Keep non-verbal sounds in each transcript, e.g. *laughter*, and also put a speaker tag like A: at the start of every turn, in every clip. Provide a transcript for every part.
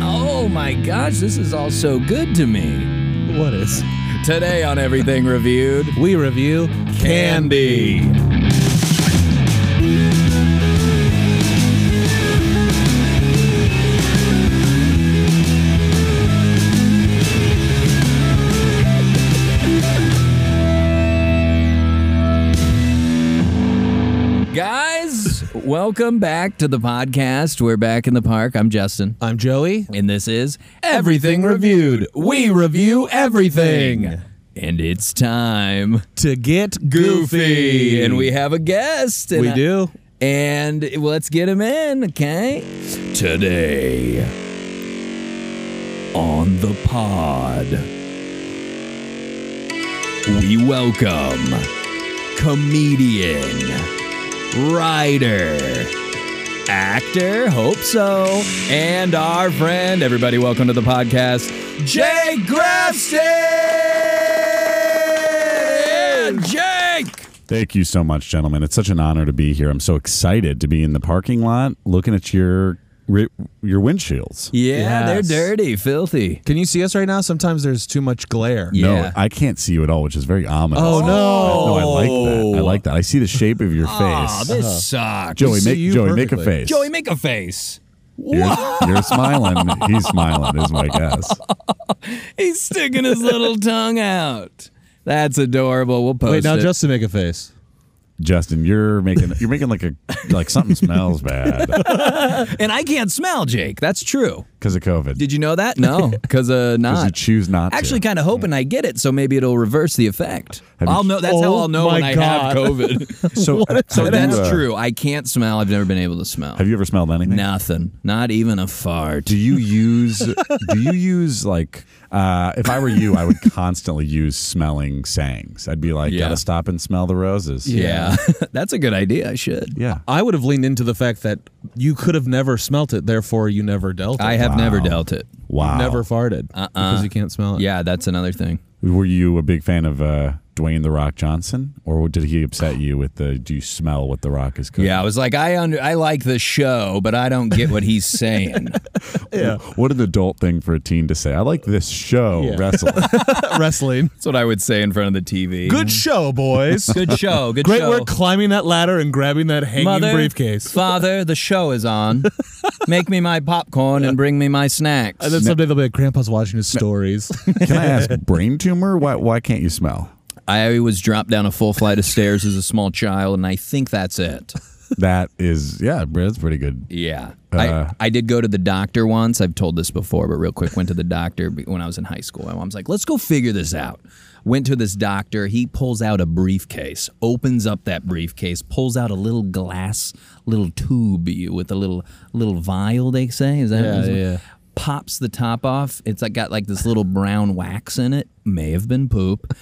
A: Oh my gosh, this is all so good to me.
B: What is?
A: Today on Everything Reviewed,
B: We review
A: Candy. Guys, welcome back to the podcast. We're back in the park. I'm Justin.
B: I'm Joey.
A: And this is Everything Reviewed. We review everything. And it's time.
B: To get
A: Goofy. And we have a guest. And
B: we
A: I-
B: do.
A: And let's get him in, okay? Today on the pod, we welcome comedian, writer, actor, hope so, and our friend, everybody, welcome to the podcast, Jake Grafton! Jake!
C: Thank you so much, gentlemen. It's such an honor to be here. I'm so excited to be in the parking lot looking at your ri- your windshields.
A: Yeah,
B: Yes.
A: they're dirty, filthy.
B: Can you see us right now? Sometimes there's too much glare.
A: Yeah.
C: No, I can't see you at all, which is very ominous.
B: Oh, no.
C: No, I like that. I like that. I see the
A: *laughs*
C: shape of your
A: Aw,
C: face.
A: Ah,
C: Uh-huh.
A: this sucks.
C: Joey,
B: see
C: make
B: you
C: Joey make a
B: perfectly.
C: face.
A: Joey, make a face.
C: you're, you're smiling. He's smiling, is
A: *laughs*
C: my guess.
A: He's sticking his
C: *laughs*
A: little tongue out. That's adorable. We'll post
B: Wait, now
A: it.
B: just to make a face.
C: Justin, you're making you're making like a like something
A: *laughs*
C: smells bad
A: and I can't smell, Jake. That's true.
C: because of COVID.
A: Did you know that?
C: *laughs*
A: No, because uh,
C: Because you
A: not.
C: choose not
A: Actually, *laughs*
C: to.
A: kind of hoping I get it, so maybe it'll reverse the effect.
C: Have you-
A: I'll know. That's how
B: Oh
A: I'll know when
B: my
A: I have
B: God.
C: *laughs*
A: COVID. *laughs*
C: So,
A: so
C: have
A: that's
C: you, uh,
A: true. I can't smell. I've never been able to smell.
C: Have you ever smelled anything?
A: Nothing. Not even a fart.
C: Do you use do you use like uh, if I were you, I
A: *laughs*
C: would constantly use smelling sayings. I'd be like,
A: Yeah.
C: gotta stop and smell the roses.
A: Yeah, *laughs* that's a good idea. I should.
C: Yeah.
B: I would have leaned into the fact that you could have never smelt it, therefore you never dealt it. Uh-uh.
A: I have never dealt it.
C: Wow.
B: never farted because you can't smell it.
A: Yeah, that's another thing.
C: Were you a big fan of uh, Dwayne the Rock Johnson, or did he upset you with the do you smell what the Rock is cooking?
A: Yeah, I was like, I under, I like the show, but I don't get what he's saying.
C: What an adult thing for a teen to say. I like this show
B: Yeah.
A: *laughs*
C: wrestling.
B: *laughs* Wrestling.
A: *laughs* that's what I would say in front of the TV.
B: Good show, *laughs* boys.
A: good show. Good
B: Great
A: show.
B: work climbing that ladder and grabbing that hanging
A: Mother,
B: briefcase.
A: Father, the show is on. Make me my popcorn and bring me my snacks.
B: And then someday they'll be like, Grandpa's watching his stories. *laughs*
C: Can I ask brain tumor? Why why can't you smell?
A: I was dropped down a full flight of stairs as a small child, and I think that's it.
C: That is yeah, that's pretty good.
A: Yeah.
B: Uh,
A: I, I did go to the doctor once. I've told this before, but real quick, went to the doctor be- when I was in high school. My mom's like, let's go figure this out. Went to this doctor. He pulls out a briefcase, opens up that briefcase, pulls out a little glass, little tube with a little little vial, they say. Is that
B: Yeah,
A: is-
B: yeah.
A: Pops the top off. It's like got like this little brown wax in it. May have been
B: *laughs*
A: poop.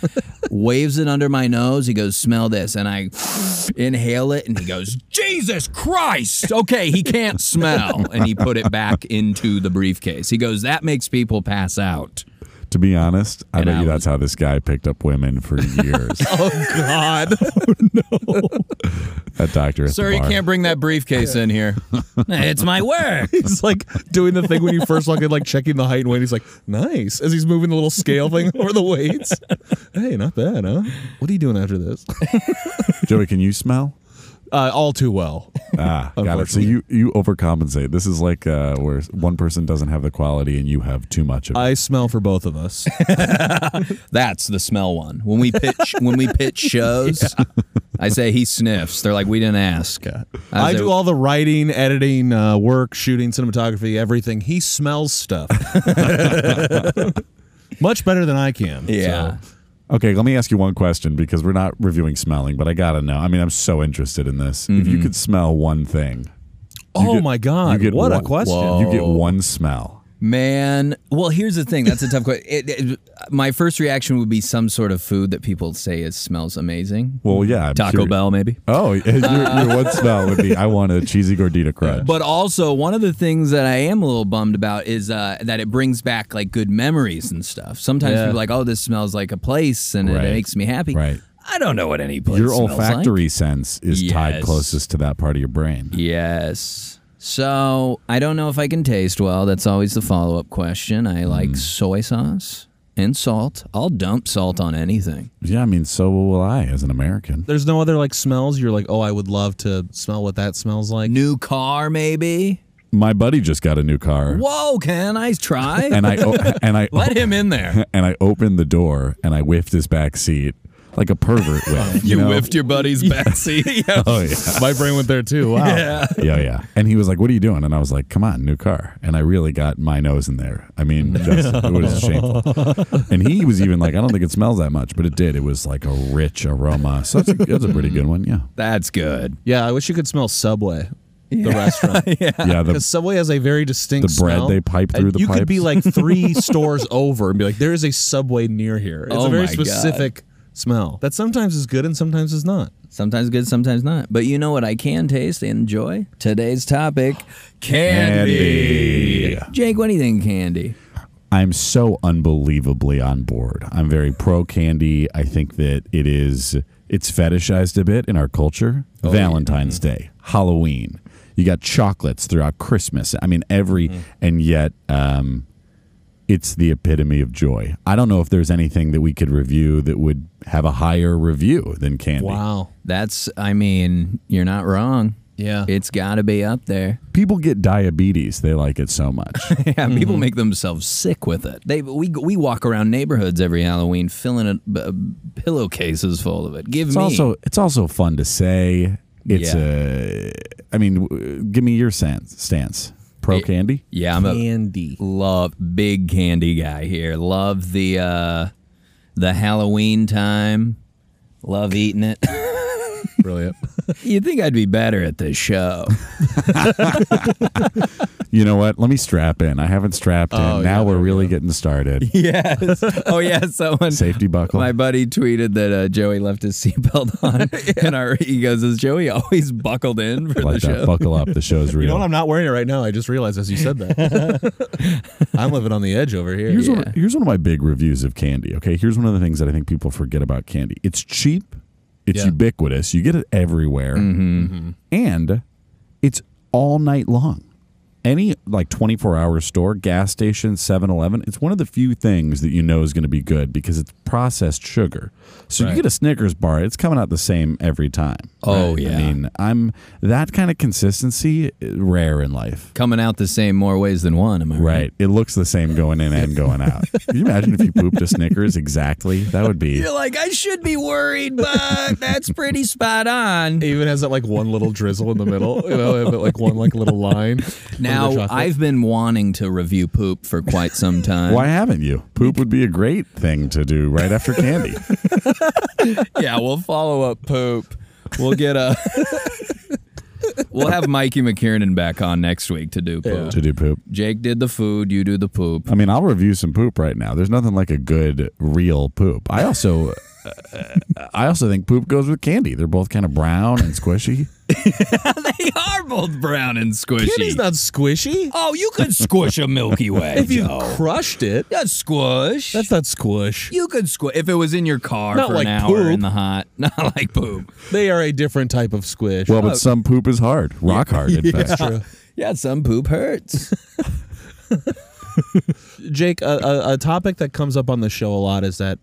A: Waves it under my nose. He goes, "Smell this," and I inhale it, and he goes, "Jesus Christ!" Okay, he can't smell, and he put it back into the briefcase. He goes, "That makes people pass out."
C: To be honest, I
A: And
C: bet
A: I
C: you
A: was-
C: that's how this guy picked up women for
A: *laughs*
C: years.
B: oh, God.
C: that doctor at the
A: Sir, you
C: bar.
A: can't bring that briefcase in here.
B: *laughs*
A: it's my work.
B: He's like doing the thing when you first walk in, like checking the height and weight. He's like, nice. As he's moving the little scale thing *laughs* over the weights. Hey, not bad, huh? What are you doing after this?
C: Joey, can
A: *laughs*
C: you smell?
B: Uh, all too well.
C: Ah, got it. So you you overcompensate. This is like uh, where one person doesn't have the quality and you have too much of it.
B: I smell for both of us.
A: That's the smell one. When we pitch when we pitch
B: *laughs*
A: shows, I say he sniffs. They're like, we didn't ask.
B: I
A: say-
B: do all the writing, editing, uh, work, shooting, cinematography, everything. He smells stuff. *laughs* Much better than I can.
A: Yeah.
B: so.
C: Okay, let me ask you one question because we're not reviewing smelling, but I gotta know. I mean, I'm so interested in this. If
A: Mm-hmm.
C: you could smell one thing,
B: Oh
C: get-
B: my God.
C: you get
B: What a
C: one-
B: question.
C: you get one smell.
A: Man, well, here's the thing. That's a tough question. It, it- my first reaction would be some sort of food that people say is smells amazing.
C: Well, yeah, I'm
A: Taco
C: curi-
A: Bell, maybe.
C: Oh, *laughs*
A: *laughs*
C: your, your one smell would be I want a cheesy gordita crunch.
A: But also, one of the things that I am a little bummed about is uh, that it brings back like good memories and stuff. Sometimes
B: Yeah.
A: people are like, oh, this smells like a place and it
C: Right.
A: makes me happy.
C: Right.
A: I don't know what any place
C: your
A: smells like.
C: olfactory sense is tied
A: Yes.
C: closest to that part of your brain.
A: Yes. So I don't know if I can taste well. That's always the follow up question.
C: Hmm.
A: I like soy sauce and salt. I'll dump salt on anything.
C: Yeah, I mean, so will I as an American.
B: There's no other like smells. You're like, oh, I would love to smell what that smells like.
A: New car, maybe.
C: My buddy just got a new car,
A: Whoa, can I try?
C: *laughs* and I o- and I
A: Let him in there.
C: and I opened the door and I whiffed his back seat like a pervert whiff. *laughs* you know?
A: your
C: *laughs*
A: buddy's backseat.
C: Oh yeah.
B: My brain went there too. Wow.
C: *laughs* yeah, yeah. And he was like, "What are you doing?" And I was like, "Come on, new car." And I really got my nose in there. I mean, just, it was shameful. And he was even like, "I don't think it smells that much, but it did. It was like a rich aroma. So that's a, that's a pretty good one. Yeah,
A: That's good.
B: Yeah, I wish you could smell Subway, the restaurant.
C: yeah. The,
B: Because Subway has a very distinct
C: The bread
B: smell.
C: they pipe
B: And
C: through the
B: You could be
C: pipes.
B: like three stores over and be like, there is a Subway near here. It's
A: Oh
B: a very
A: my God.
B: specific smell that sometimes is good and sometimes is not.
A: Sometimes good, sometimes not. But you know what I can taste and enjoy? Today's topic candy.
C: Candy.
A: Jake, what do you think, of candy?
C: I'm so unbelievably on board. I'm very pro candy. I think that it is it's fetishized a bit in our culture. Valentine's Day, Halloween. You got chocolates throughout Christmas. I mean every and yet um it's the epitome of joy. I don't know if there's anything that we could review that would have a higher review than candy.
B: Wow.
A: That's, I mean, you're not wrong.
B: Yeah.
A: It's got to be up there.
C: People get diabetes, they like it so much.
A: *laughs* Yeah,
C: Mm-hmm.
A: people make themselves sick with it. They we we walk around neighborhoods every Halloween filling it, b- pillowcases full of it. Give
C: It's
A: me
C: also it's also fun to say. It's
A: Yeah.
C: a. I mean, w- give me your stance. stance. Pro candy.
A: yeah, I'm a
B: Candy.
A: love big candy guy here. Love the uh the Halloween time. Love eating it. *laughs*
B: Brilliant.
A: You'd think I'd be better at this
C: *laughs*
A: show.
C: You know what? Let me strap in. I haven't strapped
B: Oh,
C: in.
B: yeah,
C: Now we're
B: there we
C: really getting
A: *laughs*
C: started.
A: yes. Oh yeah,
C: *laughs*
A: someone
C: Safety buckle.
A: my buddy tweeted that uh, Joey left his *laughs* seatbelt
C: *laughs*
A: on, and our, he goes, "Is Joey always buckled in for
C: like
A: the
C: that.
A: show?"
C: Buckle up. The show's real.
B: You know what? I'm not wearing it right now. I just realized as you said that. I'm living on the edge over here.
C: here's,
A: Yeah.
C: one, here's one of my big reviews of candy. Okay. Here's one of the things that I think people forget about candy it's cheap, it's
B: Yeah.
C: ubiquitous. You get it everywhere.
A: Mm-hmm.
C: Mm-hmm. And it's all night long. Any like 24 hour store, gas station, 7 Eleven, it's one of the few things that you know is going to be good because it's processed sugar. So you
B: Right.
C: get a Snickers bar, it's coming out the same every time.
A: Oh, yeah.
C: I mean, I'm that kind of consistency, eh, rare in life.
A: Coming out the same more ways than one. Am I right?
C: Right. It looks the same going in and
A: *laughs*
C: going out. Can you imagine if you pooped a Snickers exactly? That would be.
A: You're like, I should be worried, *laughs* but that's pretty spot on.
B: It even has that like one little drizzle in the middle, you know, but like one like little line. Under
A: Now,
B: chocolate.
A: I've been wanting to review poop for quite
B: *laughs*
A: some time.
C: Why haven't you? Poop would be a great thing to do right
A: *laughs*
C: after candy.
A: Yeah, we'll follow up poop. We'll get
B: *laughs*
A: a. we'll have Mikey McKiernan back on next week to do poop.
C: to do poop.
A: Jake did the food. You do the poop. *laughs*
C: I mean, I'll review some poop right now. There's nothing like a good real poop. I also uh, I also think poop goes with candy. They're both kind of brown and squishy.
A: they are both brown and squishy.
B: Candy's not squishy.
A: oh, you could squish a Milky Way.
B: *laughs* If you
A: Joe.
B: crushed it,
A: Yeah, squish.
B: that's not squish.
A: you could squish if it was in your car
B: Not
A: for
B: like
A: an hour
B: poop.
A: in the hot. *laughs* Not like poop.
B: They are a different type of squish. *laughs*
C: Well, but some poop is hard. Rock hard in fact.
B: True.
A: Yeah, some poop *laughs*
B: *laughs*
A: hurts.
B: Jake, a, a, a topic that comes up on the show a lot is that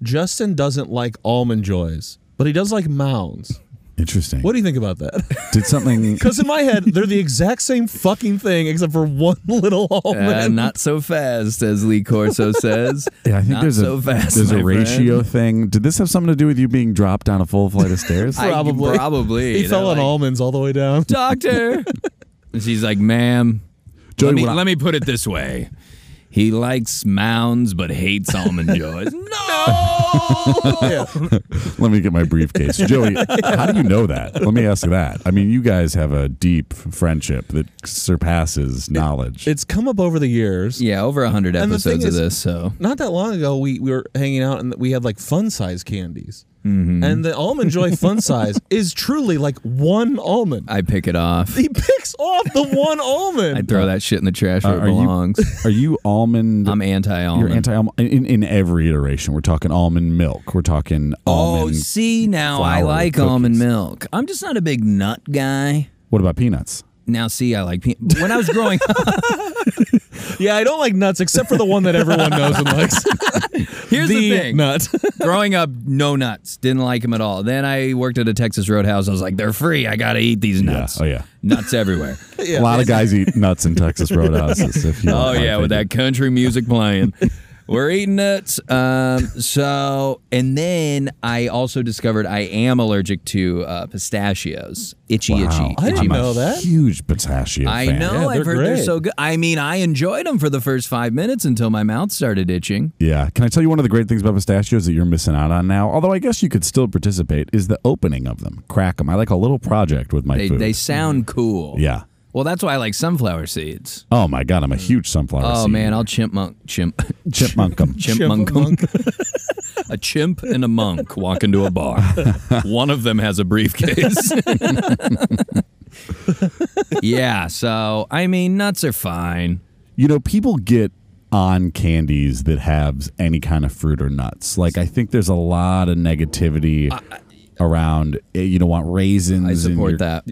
B: Justin doesn't like almond joys, but he does like mounds.
C: Interesting.
B: What do you think about that? *laughs*
A: *laughs*
C: Did something
B: Because in my head, they're the exact same fucking thing except for one *laughs* little almond.
A: Uh, not so fast, as Lee
B: *laughs*
A: Corso says.
C: Yeah, I think
A: Not
C: there's
A: so
C: a
A: fast,
C: there's
A: my
C: a
A: friend.
C: ratio thing. Did this have something to do with you being dropped down a full flight of stairs?
A: I-
B: Probably.
A: probably.
B: *laughs* he
A: They're
B: fell on
A: like,
B: almonds all the way down.
A: *laughs* Doctor. And she's like, ma'am.
C: Joey,
A: let, me,
C: when I-
A: let me put it this way. He likes mounds but hates
B: *laughs*
A: almond joys. no.
B: Yeah.
C: Let me get my briefcase, Joey. How do you know that? Let me ask you that. I mean, you guys have a deep friendship that surpasses knowledge.
B: It's come up over the years.
A: Yeah, over hundred
B: the thing
A: episodes of
B: is-
A: this. So
B: Not that long ago, we, we were hanging out and we had like fun size candies.
A: Mm-hmm.
B: And the almond joy
A: *laughs*
B: fun size is truly like one almond.
A: I pick it off.
B: He picks off the one
A: *laughs*
B: almond.
A: I
B: *laughs*
A: throw that shit in the trash where
C: Are
A: it
C: you-
A: belongs. *laughs*
C: Are you almond?
A: I'm anti-almond.
C: you're anti almond in, in every iteration. We're talking almond milk. We're talking
A: oh,
C: almond.
A: see now I
C: flour,
A: like
C: cookies.
A: almond milk. I'm just not a big nut guy.
C: What about peanuts?
A: now see I like pe- but when I was growing
C: *laughs*
A: up.
B: Yeah, I don't like nuts except for the one that everyone knows and *laughs* likes.
A: Here's the, thing.
B: *laughs* nut.
A: growing up, no nuts. Didn't like them at all. Then I worked at a Texas Roadhouse. I was like, they're free. I got to eat these nuts.
C: Oh yeah.
A: Nuts
C: *laughs*
A: everywhere.
C: a lot of guys eat nuts
A: *laughs*
C: in Texas roadhouses. If you
A: Oh yeah, with
C: I
A: that country
C: *laughs*
A: music playing. We're eating nuts. Um, so, and then I also discovered I am allergic to uh, pistachios. Itchy, itchy,
B: I
A: itchy.
B: didn't
C: am
B: know
C: a
B: that.
C: Huge pistachio.
A: I
C: fan.
A: know.
B: Yeah,
A: I've
B: they're
A: heard they're
B: great.
A: so good. I mean, I enjoyed them for the first five minutes until my mouth started itching.
C: Yeah. Can I tell you one of the great things about pistachios that you're missing out on now? Although I guess you could still participate is the opening of them. Crack them. I like a little project with my
A: They
C: food.
A: they sound cool.
C: yeah.
A: Well, that's why I like sunflower seeds.
C: Oh my god, I'm a huge sunflower.
A: Oh
C: seed
A: man, I'll chipmunk chimp *laughs*
C: chipmunk 'em.
A: chipmunk. *laughs* a chimp and a monk walk into a bar. One of them has a briefcase. *laughs* yeah, so I mean nuts are fine.
C: you know, people get on candies that have any kind of fruit or nuts. Like I think there's a lot of negativity around. eh, You don't want raisins.
A: I
C: and
A: support
C: your-
A: that.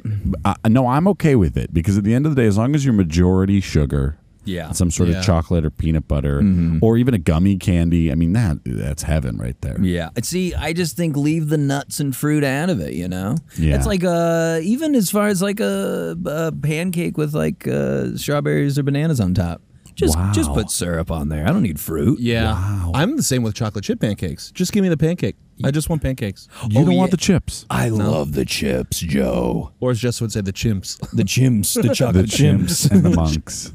C: I, no, I'm okay with it because at the end of the day, as long as you're majority sugar,
A: Yeah. Mm-hmm.
C: some sort
B: Yeah.
C: of chocolate or peanut butter, or even a gummy candy. I mean that that's heaven right there.
A: Yeah. See, I just think leave the nuts and fruit out of it, you know?
C: Yeah.
A: It's like uh even as far as like a, a pancake with like uh, strawberries or bananas on top. Just
C: Wow.
A: just put syrup on there. I don't need fruit.
B: Yeah. I'm the same with chocolate chip pancakes. Just give me the pancake. I just want pancakes.
C: You
A: Oh,
C: don't
A: yeah.
C: want the chips.
A: I love the chips, Joe.
B: Or as Jess would say, the chimps. *laughs*
A: The chimps,
C: *laughs*
A: the
C: The
A: chocolate
C: chimps and
A: *laughs*
C: the monks.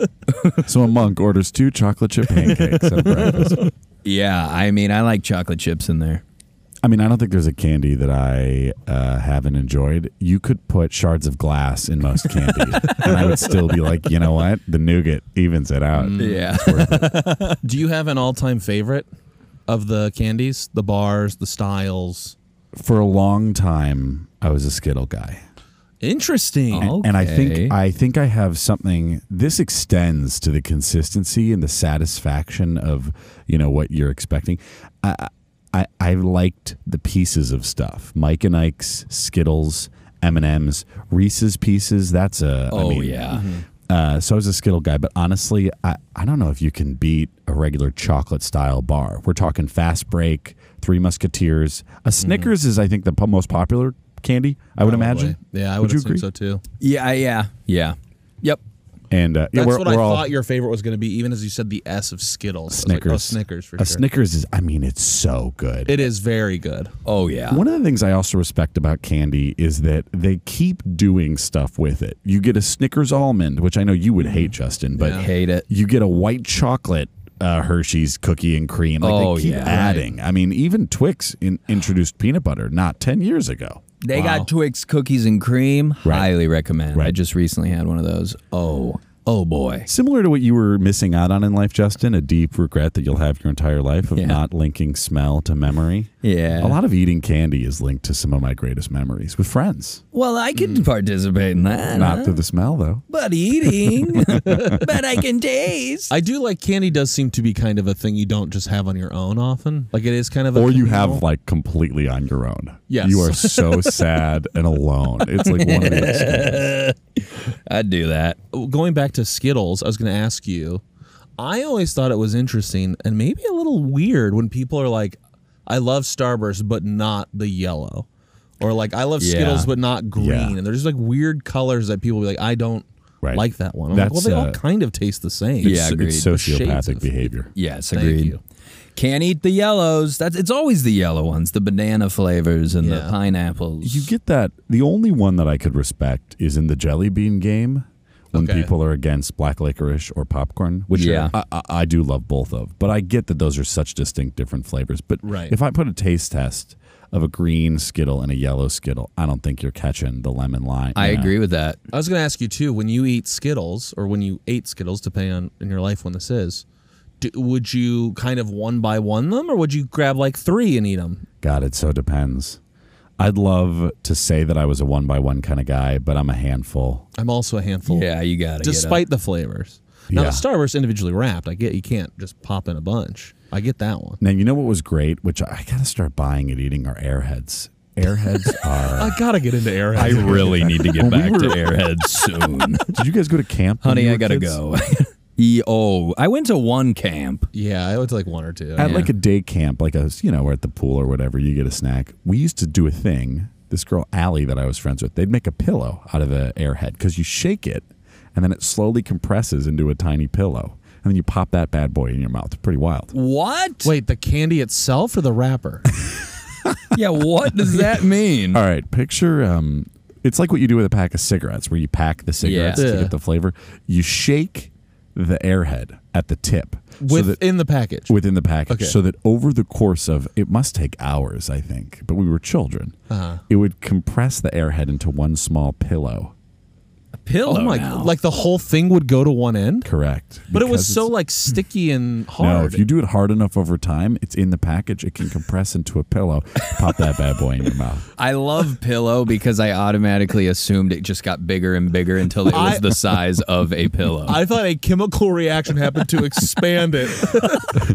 C: so a monk orders two chocolate chip pancakes at breakfast.
A: Yeah, I mean, I like chocolate chips in there.
C: I mean, I don't think there's a candy that I uh, haven't enjoyed. You could put shards of glass in most candy, and I would still be like, you know what? The nougat evens it out.
A: Yeah.
B: Do you have an all time favorite of the candies? The bars, the styles?
C: For a long time, I was a Skittle guy.
B: Interesting.
A: Oh.
C: And I
A: Okay.
C: think I think I have something. This extends to the consistency and the satisfaction of you know what you're expecting. I I, I liked the pieces of stuff: Mike and Ike's, Skittles, M and M's, Reese's Pieces. That's a I
A: Oh,
C: mean,
A: yeah.
B: Mm-hmm.
C: Uh, so I was a Skittle guy, but honestly, I, I don't know if you can beat a regular chocolate style bar. We're talking Fast Break, Three Musketeers.
B: Mm-hmm.
C: A Snickers is, I think, the po- most popular candy. I would imagine.
B: Yeah, I
C: Would
B: would,
C: you
B: assume
C: agree?
B: so too.
A: *laughs* yeah, yeah, yeah. Yep.
C: And uh, yeah,
B: That's
C: we're,
B: what
C: we're
B: I
C: all
B: thought your favorite was going to be, even as you said the S of Skittles. I was like,
C: Snickers.
B: oh, Snickers for
C: a
B: sure.
C: Snickers is, I mean, it's so good.
B: it is very good.
A: Oh yeah.
C: One of the things I also respect about candy is that they keep doing stuff with it. You get a Snickers almond, which I know you would
B: Mm-hmm.
C: hate, Justin, but
A: I hate it.
C: you get a white chocolate uh, Hershey's cookie and cream. Like
A: Oh,
C: they keep
A: yeah.
C: adding. I mean, even Twix in, introduced peanut butter not ten years ago.
A: They got Twix cookies and cream.
C: Right.
A: Highly recommend. I
C: Right.
A: just recently had one of those. Oh, oh boy.
C: Similar to what you were missing out on in life, Justin, a deep regret that you'll have your entire life of
A: Yeah.
C: not linking smell to memory.
A: Yeah.
C: A lot of eating candy is linked to some of my greatest memories with friends.
A: Well, I could participate in that.
C: Not
A: huh?
C: through the smell, though.
A: but *laughs* eating, but I can taste.
B: I do like candy does seem to be kind of a thing you don't just have on your own often. Like it is kind of a
C: Or you
B: communal-
C: have like completely on your own.
B: Yes.
C: You are so sad and alone. It's like one of the extremes.
A: I'd do that.
B: Oh, going back to Skittles, I was going to ask you. I always thought it was interesting and maybe a little weird when people are like, "I love Starburst, but not the yellow," or like, "I love
A: Yeah.
B: Skittles, but not green."
C: Yeah.
B: And there's like weird colors that people be like, "I don't
C: Right.
B: like that one." I'm like,
C: That's,
B: well, they all
C: uh,
B: kind of taste the same.
A: Yeah,
C: It's-
A: agreed.
C: It's
B: They're shades
C: sociopathic
B: of-
C: behavior.
A: Yes,
B: Thank
A: agreed.
B: you.
A: Can't eat the yellows. That's it's always the yellow ones, the banana flavors and the
B: Yeah.
A: pineapples.
C: You get that. The only one that I could respect is in the jelly bean game when
B: Okay.
C: people are against black licorice or popcorn, which
A: Yeah.
C: I, I, I do love both of. But I get that those are such distinct different flavors. But
B: Right.
C: if I put a taste test of a green Skittle and a yellow Skittle, I don't think you're catching the lemon line.
A: I
C: you know?
A: agree with that.
B: I was going to ask you too. When you eat Skittles, or when you ate Skittles, depending on in your life when this is, do, would you kind of one by one them, or would you grab like three and eat them?
C: God, it so depends. I'd love to say that I was a one by one kind of guy, but I'm a handful.
B: I'm also a handful.
A: Yeah, you got it.
B: despite the flavors. Now
C: Yeah.
B: the Starburst individually wrapped, I get you can't just pop in a bunch. I get that one.
C: Now you know what was great, which I gotta start buying and eating are airheads.
A: *laughs*
C: Airheads
B: *laughs*
C: are.
B: I gotta get into airheads.
D: I really need to get
C: When we
D: back to
A: *laughs*
C: were-
D: Airhead soon.
C: Did you guys go to camp? when
A: Honey,
C: you
A: I
C: were
A: gotta
C: kids?
A: go. *laughs* e oh, I went to one camp.
B: yeah, I went to like one or two.
C: At like a day camp, like a you know, we're at the pool or whatever, you get a snack. We used to do a thing. This girl Allie that I was friends with, they'd make a pillow out of an airhead because you shake it and then it slowly compresses into a tiny pillow, and then you pop that bad boy in your mouth. It's pretty wild.
A: What?
B: Wait, the candy itself or the
C: *laughs*
B: wrapper?
A: Yeah, what does that mean?
C: All right, picture um, it's like what you do with a pack of cigarettes, where you pack the cigarettes to
B: Yeah.
C: get the flavor. You shake the airhead at the tip so that
B: Within the package.
C: within the package
B: Okay.
C: so that over the course of it must take hours i think but we were children
B: Uh-huh.
C: it would compress the airhead into one small pillow
A: Pillow.
B: oh my!
A: now.
B: Like the whole thing would go to one end.
C: correct
B: But it was
C: Because
B: so
C: it's-
B: like sticky and hard.
C: no if you do it hard enough over time it's in the package it can compress into a pillow pop that bad boy in your mouth
A: I love pillow because I automatically assumed it just got bigger and bigger until it was
B: I-
A: the size of a pillow.
B: I thought a chemical reaction happened to expand *laughs* it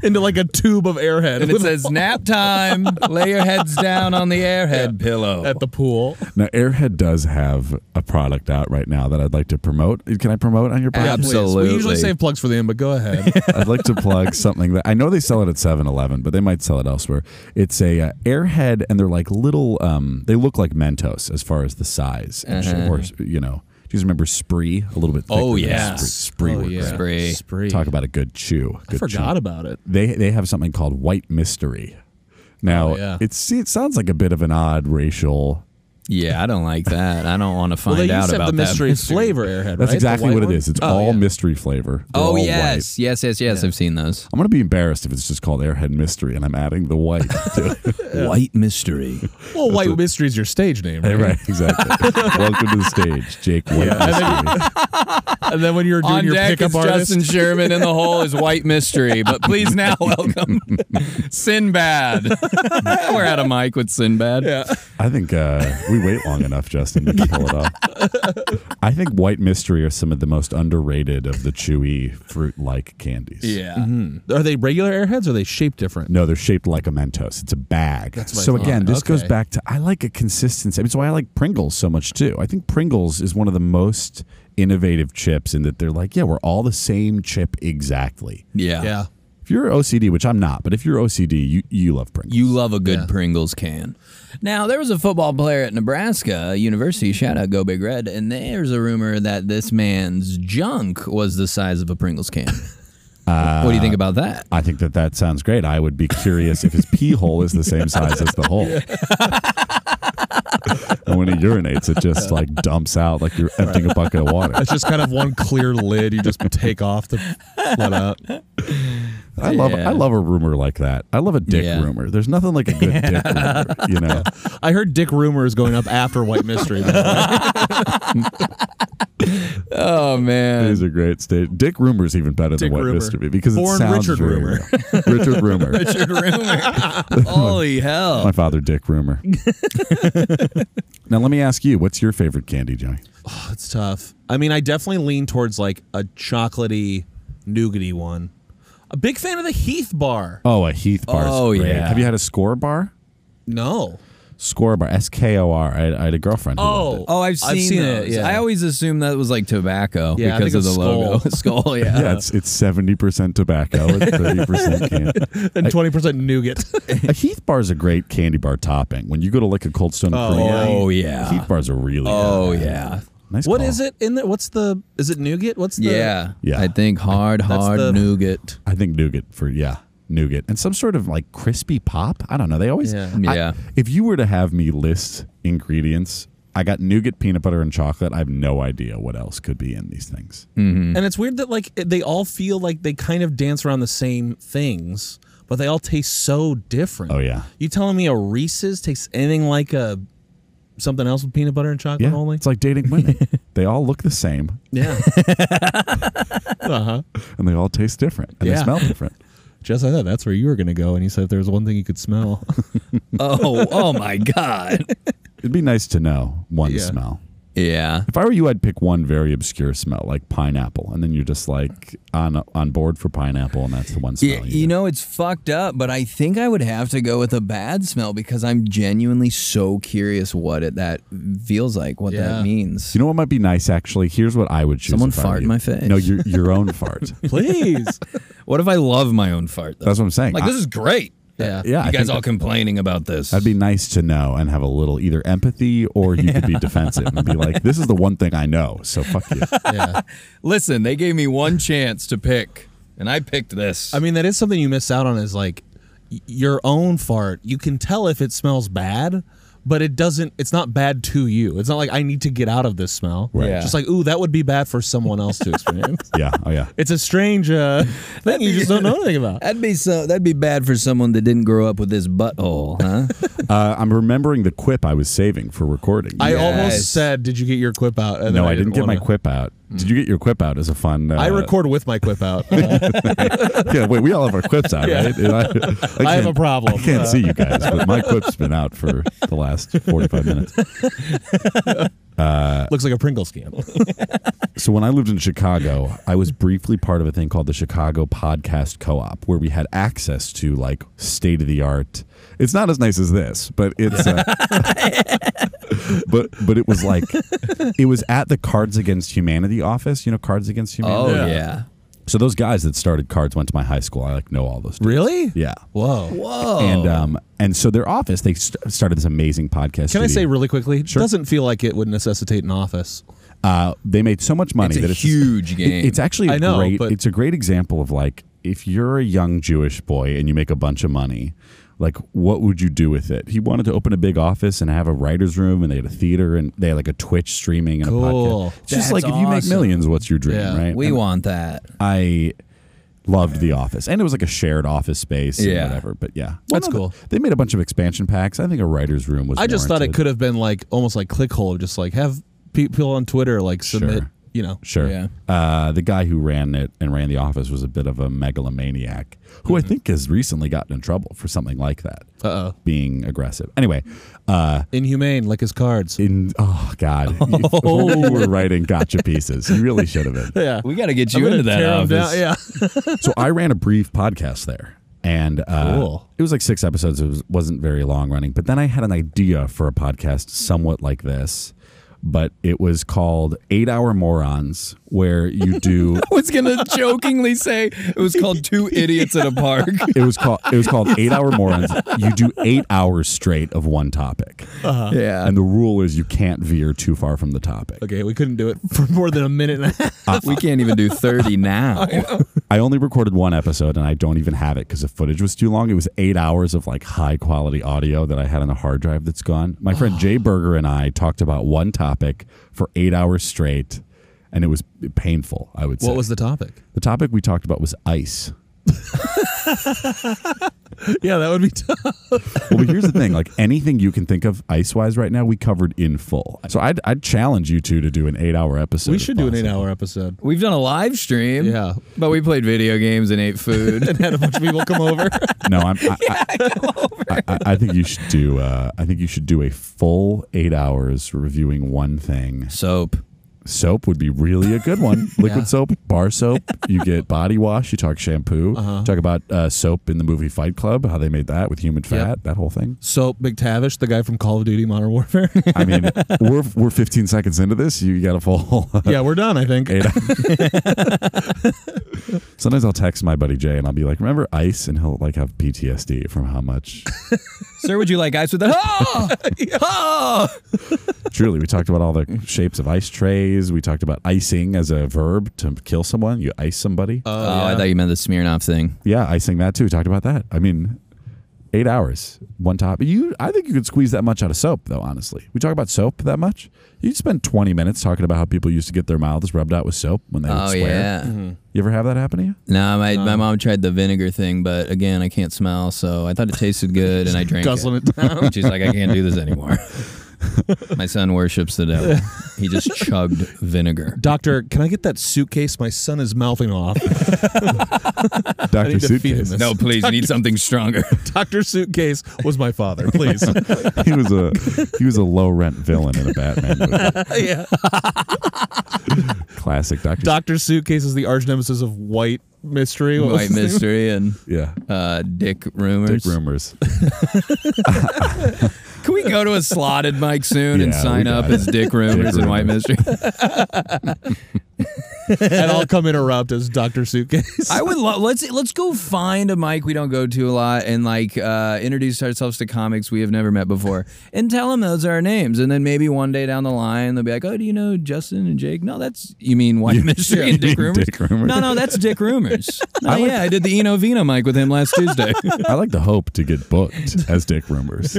B: into like a tube of airhead
A: and it says nap time. Lay your heads down on the airhead pillow.
B: at the pool.
C: now airhead does have a product out right now that i'd like to promote can i promote on your podcast
A: Absolutely.
B: We usually save plugs for the end, but go *laughs* ahead.
C: I'd like to plug something that I know they sell it at 7-Eleven, but they might sell it elsewhere. It's a uh, Airhead, and they're like little. Um, they look like Mentos as far as the size, and shit,
B: Mm-hmm.
C: or you know. Do you guys remember Spree? A little bit. Thicker
A: Oh,
C: than
A: yeah.
C: Spree. Spree were
A: Spree.
C: great.
B: Spree.
C: Talk about a good chew. Good
B: I forgot
C: chew.
B: about it.
C: They they have something called White Mystery. Now
B: Oh, yeah.
C: it's see, it sounds like a bit of an odd racial.
A: Yeah, I don't like that. I don't want to
B: Well,
A: find
B: they used
A: out
B: to have
A: about
B: the
A: that.
B: mystery flavor airhead.
C: That's
B: right? The
C: exactly
B: white
C: what
B: one?
C: it is. It's
B: Oh,
C: all
B: yeah.
C: mystery flavor. They're all
A: Oh
C: white.
A: yes, yes, yes, yes. I've seen those.
C: I'm gonna be embarrassed if it's just called Airhead Mystery and I'm adding the white *laughs* to it.
A: White mystery. *laughs*
B: Well, white mystery is your stage name, right? *laughs*
C: *laughs* Right, exactly. Welcome to the stage, Jake. White Mystery.
B: And then when you're doing
A: On
B: your
A: deck is
B: pickup artist,
A: Justin Sherman, in the hole is white mystery. But *laughs* please now welcome Sinbad. We're at a mic with Sinbad.
C: I think uh, we wait long enough, Justin, to pull it off. I think White Mystery are some of the most underrated of the chewy fruit-like candies.
A: Yeah.
B: *laughs* are they regular airheads or are they shaped different?
C: No, they're shaped like a Mentos. It's a bag.
B: what I
C: so again,
B: thought.
C: this goes
B: Okay.
C: back to I like a consistency. I mean, it's why I like Pringles so much too. I think Pringles is one of the most innovative chips in that they're like, yeah, we're all the same chip exactly.
A: Yeah.
B: Yeah.
C: If you're OCD, which I'm not, but if you're OCD, you, you love Pringles.
A: You love a good Pringles can. Now, there was a football player at Nebraska University, shout out Go Big Red, and there's a rumor that this man's junk was the size of a Pringles *laughs* can. what do you think about that?
C: I think that that sounds great. I would be curious if his pee hole is the same size as the hole. *laughs* and when he urinates, it just like dumps out like you're emptying a bucket of
A: *laughs*
C: water.
B: It's just kind of one clear lid you just take off to let out.
C: I love
A: Yeah.
C: I love a rumor like that. I love a dick
A: Yeah.
C: rumor. There's nothing like
A: *laughs*
C: a good dick rumor, you know.
B: I heard Dick Rumor is going up after White Mystery. by the way.
A: Oh, man.
C: These are great state. Dick rumor is even better
B: Dick
C: than
B: rumor.
C: what Mr. B because it
B: Born
C: sounds
B: Richard
C: very
B: rumor.
C: real.
B: *laughs*
C: Richard rumor. *laughs*
A: Holy hell.
C: My father,
A: *laughs*
C: Dick rumor. *laughs* now let me ask you, what's your favorite candy, Joey?
B: It's tough. I mean, I definitely lean towards like a chocolatey, nougaty one. A big fan of the Heath bar.
C: Oh, a Heath bar. is
A: Oh,
C: great.
A: yeah.
C: Have you had a score bar?
B: No.
C: Score bar, S K O R. I, I had a girlfriend. Who loved
B: Oh.
C: it.
A: Oh, I've seen,
B: I've seen it,
A: those.
B: yeah.
A: I always assumed that was like tobacco
B: Yeah, I
A: because of
B: think
A: the
B: it's
A: logo. Skull, *laughs* yeah.
C: yeah, it's it's seventy percent
A: *laughs*
C: tobacco and thirty percent candy.
B: And 20% *laughs* nougat.
C: A Heath bar is a great candy bar topping. When you go to like a Cold Stone Creamery,
A: Oh, yeah.
C: Heath bars are really.
A: Oh,
C: good.
A: yeah.
C: Nice.
B: What
C: call.
B: is it in there? What's the, is it nougat? What's the,
A: Yeah.
C: Yeah.
A: I think hard, hard
B: the-
A: nougat.
C: I think nougat for yeah, nougat and some sort of like crispy pop. I don't know. They always
B: Yeah.
C: I-
A: Yeah.
C: if you were to have me list ingredients, I got nougat, peanut butter, and chocolate. I have no idea what else could be in these things.
B: Mm. And it's weird that like it- they all feel like they kind of dance around the same things, but they all taste so different.
C: Oh, yeah.
B: You telling me a Reese's tastes anything like a something else with peanut butter and chocolate
C: Yeah,
B: only?
C: it's like dating
A: *laughs*
C: women. they all look the same
B: yeah. *laughs*
C: and they all taste different and they
B: Yeah.
C: smell different.
B: Just I thought that's where you were gonna go, and you said if there was one thing you could *laughs* smell.
A: *laughs* Oh, oh my God.
C: It'd be nice to know one
B: Yeah.
C: smell.
A: *laughs* Yeah.
C: If I were you, I'd pick one very obscure smell, like pineapple, and then you're just like on on board for pineapple, and that's the one smell.
A: Yeah,
C: you
A: you
C: get.
A: know it's fucked up, but I think I would have to go with a bad smell because I'm genuinely so curious what it that feels like, what
B: Yeah.
A: that means.
C: You know what might be nice actually? Here's what I would choose.
A: Someone
C: if I were
A: fart in
C: you.
A: my face.
C: No, your
A: *laughs*
C: your own fart.
B: *laughs* Please.
A: What if I love my own fart? Though?
C: That's what I'm saying.
A: Like
C: I-
A: this is great.
B: yeah.
C: yeah, I
A: you guys
C: think
A: all complaining about this.
C: that'd be nice to know and have a little either empathy or you
A: *laughs*
C: could be defensive and be like, "This is the one thing I know, so fuck you."
B: Yeah.
A: Listen, they gave me one chance to pick, and I picked this.
B: I mean, that is something you miss out on is like y- your own fart. You can tell if it smells bad, but it doesn't, it's not bad to you. It's not like I need to get out of this smell.
C: Right.
A: Yeah.
B: Just like, ooh, that would be bad for someone else to
C: *laughs*
B: experience.
C: Yeah, oh yeah.
B: it's a strange
C: *laughs*
B: uh, thing you just don't know anything about.
A: that'd be so. That'd be bad for someone that didn't grow up with this butthole, *laughs* huh?
C: Uh, I'm remembering the quip I was saving for recording.
B: I
A: Yes.
B: almost said, did you get your quip out? And then
C: no, I didn't get my
B: wanna- Mm.
C: quip out. Did you get your quip out? As a fun. Uh,
B: I record with my quip
C: *laughs*
B: out. Uh,
C: Yeah, wait. We all have our
B: *laughs*
C: quips out, right? And I, I
B: I have
C: can't-
B: a problem.
C: I can't
B: Uh,
C: see you guys, but my quip's been out for the last 45 minutes.
B: Uh, looks like a Pringle scandal.
C: So when I lived in Chicago, I was briefly part of a thing called the Chicago Podcast Co-op, where we had access to like state of the art. It's not as nice as this, but it's.
B: *laughs*
C: Uh, *laughs* but but it was like it was at the Cards Against Humanity office. You know, Cards Against Humanity.
A: oh yeah.
C: So those guys that started Cards went to my high school. I like know all those. dudes.
B: really?
C: Yeah.
B: Whoa.
A: Whoa.
C: And um and so their office they st- started this amazing podcast.
B: Can I say
C: studio.
B: really quickly? Doesn't feel like it would necessitate an office.
C: uh, they made so much money
A: It's a
C: that it's
A: huge
C: it-
A: game.
C: it's actually a
B: I know,
C: great.
B: but-
C: It's a great example of like if you're a young Jewish boy and you make a bunch of money, like what would you do with it? He wanted to open a big office and have a writer's room, and they had a theater, and they had like a Twitch streaming and a
B: Cool.
C: podcast. It's just
A: That's
C: like if you make
A: awesome.
C: millions, what's your dream,
B: Yeah.
C: right?
A: we
C: *laughs* And
A: want that.
C: I loved the office, and it was like a shared office space, and
A: Yeah.
C: whatever. But yeah,
B: That's
C: no,
B: cool.
C: They made a bunch of expansion packs. I think a writer's room was.
B: I just thought it
C: warranted.
B: could have been like almost like clickhole, just like have pe- people on Twitter like submit,
C: Sure.
B: you know.
C: Sure.
A: Yeah.
C: Uh, the guy who ran it and ran the office was a bit of a megalomaniac
B: Mm-hmm.
C: who I think has recently gotten in trouble for something like that,
B: Uh oh.
C: being aggressive. Anyway, uh,
B: Inhumane, like his cards.
C: in oh
B: *laughs*
C: god, If only you were writing gotcha pieces. You really should have been.
B: yeah.
A: We got to get
B: I'm
A: you
B: gonna
A: into that
B: tear 'em
A: office.
B: down. Yeah. *laughs*
C: so I ran a brief podcast there, and uh,
B: Cool.
C: it was like six episodes. It was, wasn't very long running, but then I had an idea for a podcast somewhat like this, but it was called Eight Hour Morons, where you do.
A: I was *laughs* gonna jokingly say it was called two idiots at a park.
C: It was called it was called eight hour morons. You do eight hours straight of one topic,
A: Yeah.
C: and the rule is you can't veer too far from the topic.
B: Okay, we couldn't do it for more than a minute and a
A: *laughs*
B: half.
A: we can't even do 30 *laughs* now.
C: I only recorded one episode, and I don't even have it because the footage was too long. It was eight hours of like high quality audio that I had on a hard drive that's gone. My friend Jay Berger and I talked about one topic for eight hours straight, and it was painful. I would say
B: What was the topic?
C: the topic we talked about was ice.
B: *laughs* Yeah, that would be tough.
C: well, but here's the thing: like anything you can think of ice wise right now, we covered in full. So I'd, I'd challenge you two to do an eight hour episode.
B: We
C: if
B: should do an
C: possible.
B: eight-hour episode.
A: We've done a live stream.
B: Yeah.
A: But we played video games *laughs* and ate food.
B: Had *laughs* a bunch of people come *laughs* over.
C: No, I'm. I, I, I, I, I think you should do. Uh, I think you should do a full eight hours reviewing one thing.
A: Soap.
C: Soap would be really a good one. Liquid
B: Yeah.
C: soap, bar soap. You get body wash. You talk shampoo. Talk about uh, soap in the movie Fight Club. How they made that with human fat. That whole thing.
B: Soap McTavish, the guy from Call of Duty Modern Warfare. *laughs*
C: I mean, we're we're 15 seconds into this. You got a full *laughs*
B: yeah, we're done, I think.
C: Eight Sometimes I'll text my buddy Jay and I'll be like, "Remember ice?" and he'll like have PTSD from how much.
A: Sir, would you like ice *laughs* with that? Oh! *laughs* oh!
C: Truly, we talked about all the shapes of ice trays. We talked about icing as a verb to kill someone. You ice somebody.
A: Oh, I thought you meant the Smirnoff thing.
C: yeah, icing that too. We talked about that. I mean, eight hours, one topic. You, I think you could squeeze that much out of soap, though. Honestly, we talk about soap that much. You spend 20 minutes talking about how people used to get their mouths rubbed out with soap when they would
A: oh,
C: swear.
A: yeah.
C: You ever have that happen to
B: *laughs*
C: you?
A: No, my, my mom tried the vinegar thing, but again, I can't smell, so I thought it tasted good and I drank
B: Guzzling
A: it. *laughs*
B: it down.
A: She's like, I can't do this anymore. My son worships the devil. He just chugged vinegar.
B: Doctor, can I get that suitcase? My son is mouthing off. *laughs*
C: Dr.
B: need to feed him
C: Suitcase.
B: this.
A: No, please, you need something stronger.
B: Doctor Suitcase was my father. Please.
C: *laughs* he was a he was a low rent villain in a Batman
A: *laughs*
B: *laughs*
C: movie.
B: yeah.
C: Classic Doctor.
B: Doctor Suitcase is the arch nemesis of White Mystery. What was
A: White
B: his name?
A: mystery and
C: yeah.
A: uh, dick rumors.
C: Dick rumors.
A: Can we go to a slotted mic soon and
C: Yeah,
A: sign
C: we
A: up
C: got
A: as
C: it.
A: dick rumors and white
C: *laughs*
A: mystery?
B: and I'll come interrupt as Doctor Suitcase.
A: I would love let's let's go find a mic we don't go to a lot and like uh, introduce ourselves to comics we have never met before and tell them those are our names and then maybe one day down the line they'll be like oh do you know Justin and Jake no that's you mean White Mystery and Dick
C: mean
A: Rumors
C: Dick Rumors.
A: no no that's Dick
C: *laughs*
A: Rumors oh yeah I did the Eno Vino mic with him last Tuesday
C: I like to hope to get booked as
A: *laughs*
C: Dick Rumors.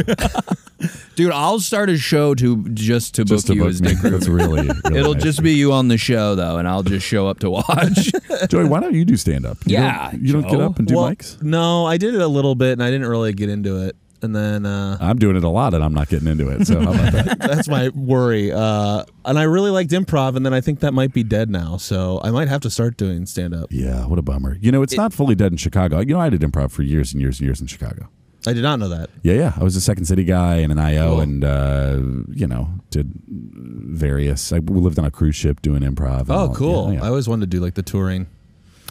A: dude I'll start a show to just to
C: Just
A: book
C: to
A: you
C: book
A: as
C: me.
A: Dick
C: That's really, really
A: It'll
C: nice
A: just
C: of you.
A: be you on the show though and I'll just show up to *laughs* watch
C: Joey. Why don't you do stand up?
A: Yeah,
C: you don't get
A: Joe.
C: up and *laughs* do
B: Well,
C: mics.
B: No, I did it a little bit and I didn't really get into it. And then uh, *laughs*
C: I'm doing it a lot, and I'm not getting into it. So how about that?
B: that's my worry. Uh, and I really liked improv, and then I think that might be dead now. So I might have to start doing stand up.
C: *laughs* Yeah, what a bummer. You know, it's not fully dead in Chicago. You know, I did improv for years and years and years in Chicago.
B: I did not know that.
C: Yeah, yeah. I was a Second City guy and an IO,
B: Cool.
C: and uh, you know, did various. I we lived on a cruise ship doing improv. and all-
B: Oh,
C: yeah,
B: cool.
C: yeah.
B: I always wanted to do like the touring.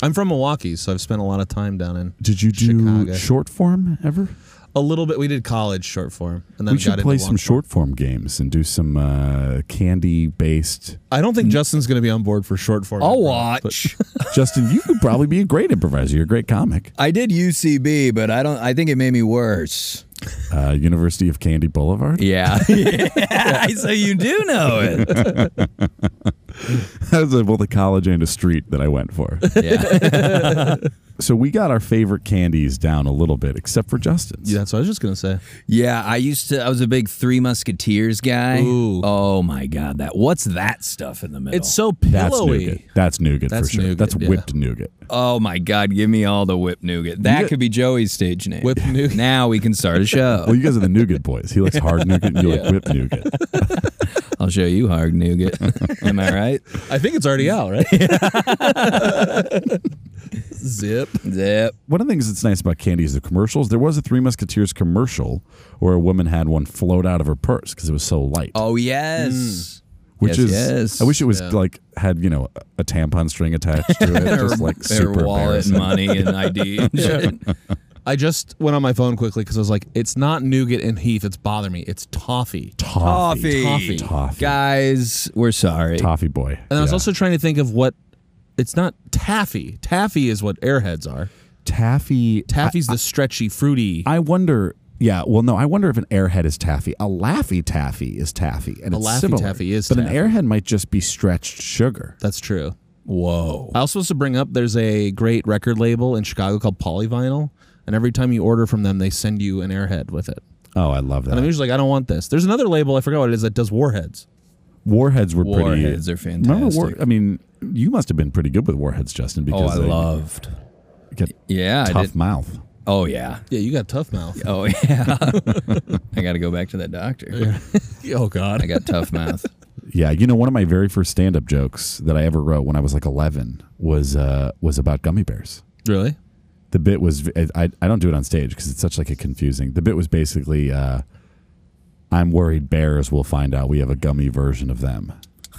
B: I'm from Milwaukee, so I've spent a lot of time down in
C: did you do
B: Chicago.
C: short form ever?
B: a little bit. We did college short form, and then
C: we should
B: got
C: play
B: into
C: some
B: long
C: short form games and do some uh, candy based.
B: I don't think Justin's going to be on board for short form.
A: I'll
B: improv, but-
A: watch.
C: Justin, you could probably be a great improviser. You're a great comic.
A: I did UCB, but I don't. I think it made me worse.
C: Uh, University of Candy Boulevard.
A: Yeah. *laughs* so you do know it.
C: that was uh, both a college and a street that I went for.
A: Yeah.
C: *laughs* so we got our favorite candies down a little bit, except for Justin's.
B: Yeah, that's what I was just going to say.
A: Yeah. I used to. I was a big Three Musketeers guy.
B: Ooh.
A: Oh my God. That. What's that stuff in the middle?
B: It's so
C: That's
B: pillowy.
C: nougat. That's nougat
B: That's
C: for sure.
B: nougat,
C: That's
B: yeah.
C: whipped nougat.
A: Oh my God. Give me all the whip nougat. That could be Joey's stage name.
B: Whip nougat.
A: *laughs* Now we can start a show. *laughs*
C: Well, you guys are the nougat boys. He likes hard nougat. and You like whipped nougat.
A: I'll show you hard nougat. *laughs* Am I right?
B: I think it's already out, right? *laughs* Zip.
A: Zip.
C: One of the things that's nice about candy is the commercials. There was a Three Musketeers commercial where a woman had one float out of her purse because it was so light.
A: Oh yes.
C: which
A: yes,
C: is,
A: yes.
C: I wish it was like had you know a tampon string attached to it,
A: *laughs*
C: just like
A: Their
C: super
A: wallet,
C: embarrassing.
A: and money, and *laughs* ID. And shit.
B: I just went on my phone quickly because I was like, it's not nougat and Heath. It's bothering me. It's toffee. And
C: Toffee,
A: Toffee.
C: toffee,
A: Guys, we're sorry.
C: toffee boy. And
B: I was also trying to think of what. It's not taffy. Taffy is what airheads are.
C: taffy.
B: Taffy's the stretchy, fruity.
C: I wonder. Yeah, well, no, I wonder if an airhead is taffy. A laffy taffy is taffy, and
B: A
C: it's
B: Laffy
C: similar.
B: Taffy is
C: but an
B: taffy.
C: airhead might just be stretched sugar.
B: That's true.
A: Whoa.
B: I was supposed to bring up there's a great record label in Chicago called Polyvinyl, and every time you order from them, they send you an airhead with it.
C: Oh, I love
B: And I'm
C: that.
B: usually like, I don't want this. There's another label I forgot what it is that does warheads.
C: Warheads were pretty.
A: Warheads are
C: Remember, war,
A: fantastic.
C: I mean, you must have been pretty good with warheads, Justin,
A: Oh,
C: because
A: I
C: they
A: loved.
C: get
A: Yeah, I
C: tough
A: did.
C: mouth.
A: Oh yeah.
B: Yeah, you got tough mouth.
A: Oh *laughs* yeah. I got to go back to that doctor.
B: Oh God.
A: I got tough mouth.
C: Yeah, you know, one of my very first stand-up jokes that I ever wrote when I was like 11 was uh, was about gummy bears.
B: Really?
C: The bit was I, I don't do it on stage because it's such like a confusing. The bit was basically uh, I'm worried bears will find out we have a gummy version of them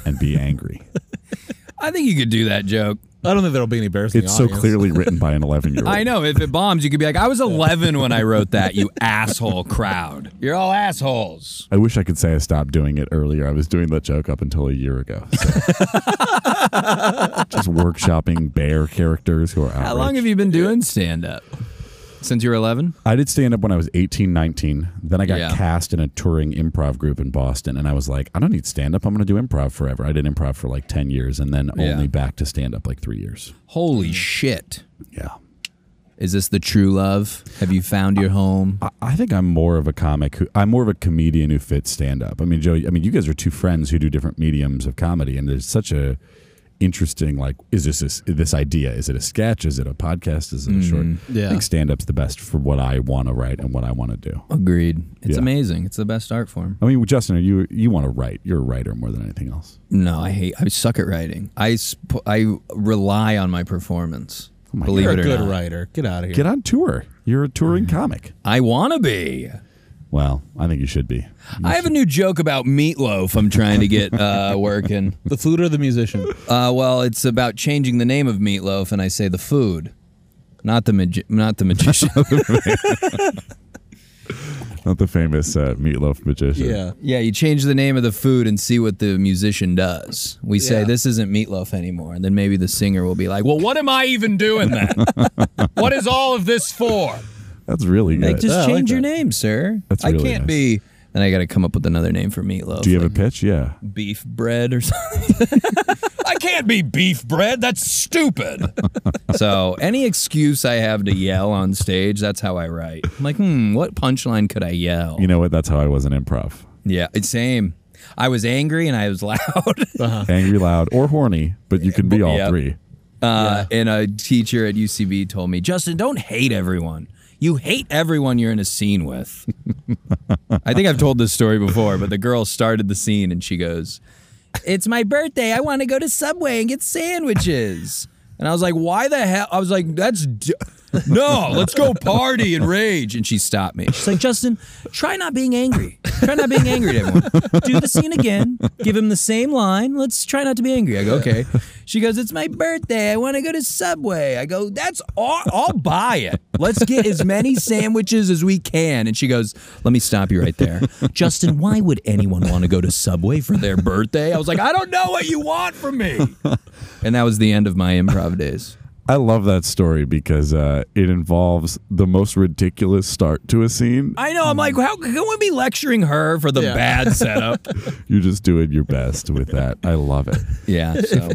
C: and be angry.
A: *laughs* I think you could do that joke.
B: I don't think there'll be any bears. In
C: it's
B: *laughs* the
C: so
B: audience.
C: clearly written by an 11 year old.
A: I know. If it bombs, you could be like, "I was 11 when I wrote that." *laughs* You asshole crowd. You're all assholes.
C: I wish I could say I stopped doing it earlier. I was doing that joke up until a year ago.
A: *laughs*
C: so. Just workshopping bear characters who are
A: How long have you been doing stand up? Since you were 11?
C: I did stand up when I was 18, 19. Then I got
A: Yeah.
C: cast in a touring improv group in Boston. And I was like, I don't need stand up. I'm going to do improv forever. I did improv for like 10 years and then
A: Yeah.
C: only back to stand up like three years.
A: Holy shit.
C: Yeah.
A: Is this the true love? Have you found your home?
C: I, I think I'm more of a comic who, I'm more of a comedian who fits stand up. I mean, Joe, I mean, you guys are two friends who do different mediums of comedy. And there's such a, interesting. Like, is this this, this idea? Is it a sketch? Is it a podcast? Is it a short?
A: Mm-hmm.
B: Yeah.
C: I think stand up's the best for what I want to write and what I want to do.
A: Agreed. It's
C: Yeah.
A: amazing. It's the best art form.
C: I mean, Justin, are you you want to write? You're a writer more than anything else.
A: No, I hate. I suck at writing. I sp- I rely on my performance. believe
B: You're a
A: it or
B: good
A: not,
B: writer. Get out of here.
C: Get on tour. You're a touring comic.
A: I want to be.
C: Well, I think you should be.
A: I have a new joke about meatloaf. I'm trying to get *laughs* uh, working.
B: The food or the musician?
A: Uh, well, it's about changing the name of meatloaf, and I say the food, not the magi- not the *laughs* magician.
C: Not the famous uh, meatloaf magician.
B: yeah.
A: yeah, you change the name of the food and see what the musician does. We say
B: Yeah.
A: this isn't meatloaf anymore, and then maybe the singer will be like, "Well, what am I even doing *laughs* then? what is all of this for?"
C: that's really good.
A: Like, just
B: Yeah, I like
A: change your
B: that.
A: name, sir.
C: That's
A: I
C: really
A: can't
C: nice.
A: be. Then I got to come up with another name for meatloaf.
C: do you have
A: like
C: a pitch? Yeah.
A: beef bread or *laughs* something? I can't be beef bread. That's stupid. *laughs* so any excuse I have to yell on stage, that's how I write. I'm like, hmm, what punchline could I yell?
C: You know what? That's how I was in improv.
A: Yeah, it's same. I was angry and I was *laughs* loud.
C: Angry, loud, or horny, but *laughs* you can be all
A: Yeah.
C: three.
A: Uh, And a teacher at UCB told me, Justin, don't hate everyone. You hate everyone you're in a scene with. I think I've told this story before, but the girl started the scene and she goes, It's my birthday. I want to go to Subway and get sandwiches. And I was like, Why the hell? I was like, That's. D- *laughs* no, let's go party and rage. And she stopped me. She's like, Justin, try not being angry. Try not being angry at everyone. Do the scene again. Give him the same line. Let's try not to be angry. I go, *laughs* okay. She goes, it's my birthday. I want to go to Subway. I go, that's all. I'll buy it. Let's get as many sandwiches as we can. And she goes, let me stop you right there. Justin, why would anyone want to go to Subway for their birthday? I was like, I don't know what you want from me. *laughs* And that was the end of my improv days.
C: I love that story because uh, it involves the most ridiculous start to a scene.
A: I know. I'm like, how can we be lecturing her for the
B: Yeah.
A: bad setup?
C: You're just doing your best with that. I love it.
A: *laughs* Yeah. So,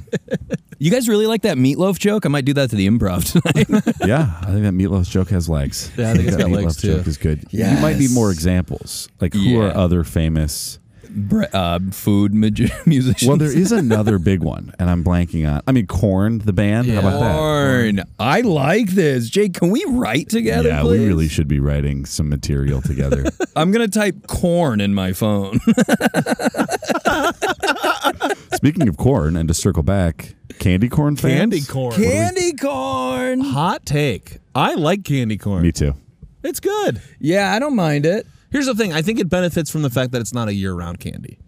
A: you guys really like that meatloaf joke? I might do that to the improv *laughs* tonight.
C: Yeah, I think that meatloaf joke has legs.
B: Yeah, I think it's
C: that
B: got legs,
C: meatloaf
B: too.
C: joke is good. You might need more
A: Yes.
C: examples. Like who
A: Yeah.
C: are other famous?
A: Bre- uh, food magi- *laughs* musicians.
C: Well, there is another big one, and I'm blanking on. I mean, Corn, the band. How about that?
A: Corn. I like this. Jake, can we write together?
C: yeah,
A: please?
C: we really should be writing some material together.
A: I'm gonna type corn in my
C: *laughs*
A: phone.
C: Speaking of corn, and to circle back, candy corn fans.
B: Candy corn.
A: Candy corn.
B: Hot take. I like candy corn.
C: Me too.
B: It's good.
A: Yeah, I don't mind it.
B: Here's the thing. I think it benefits from the fact that it's not a year-round candy.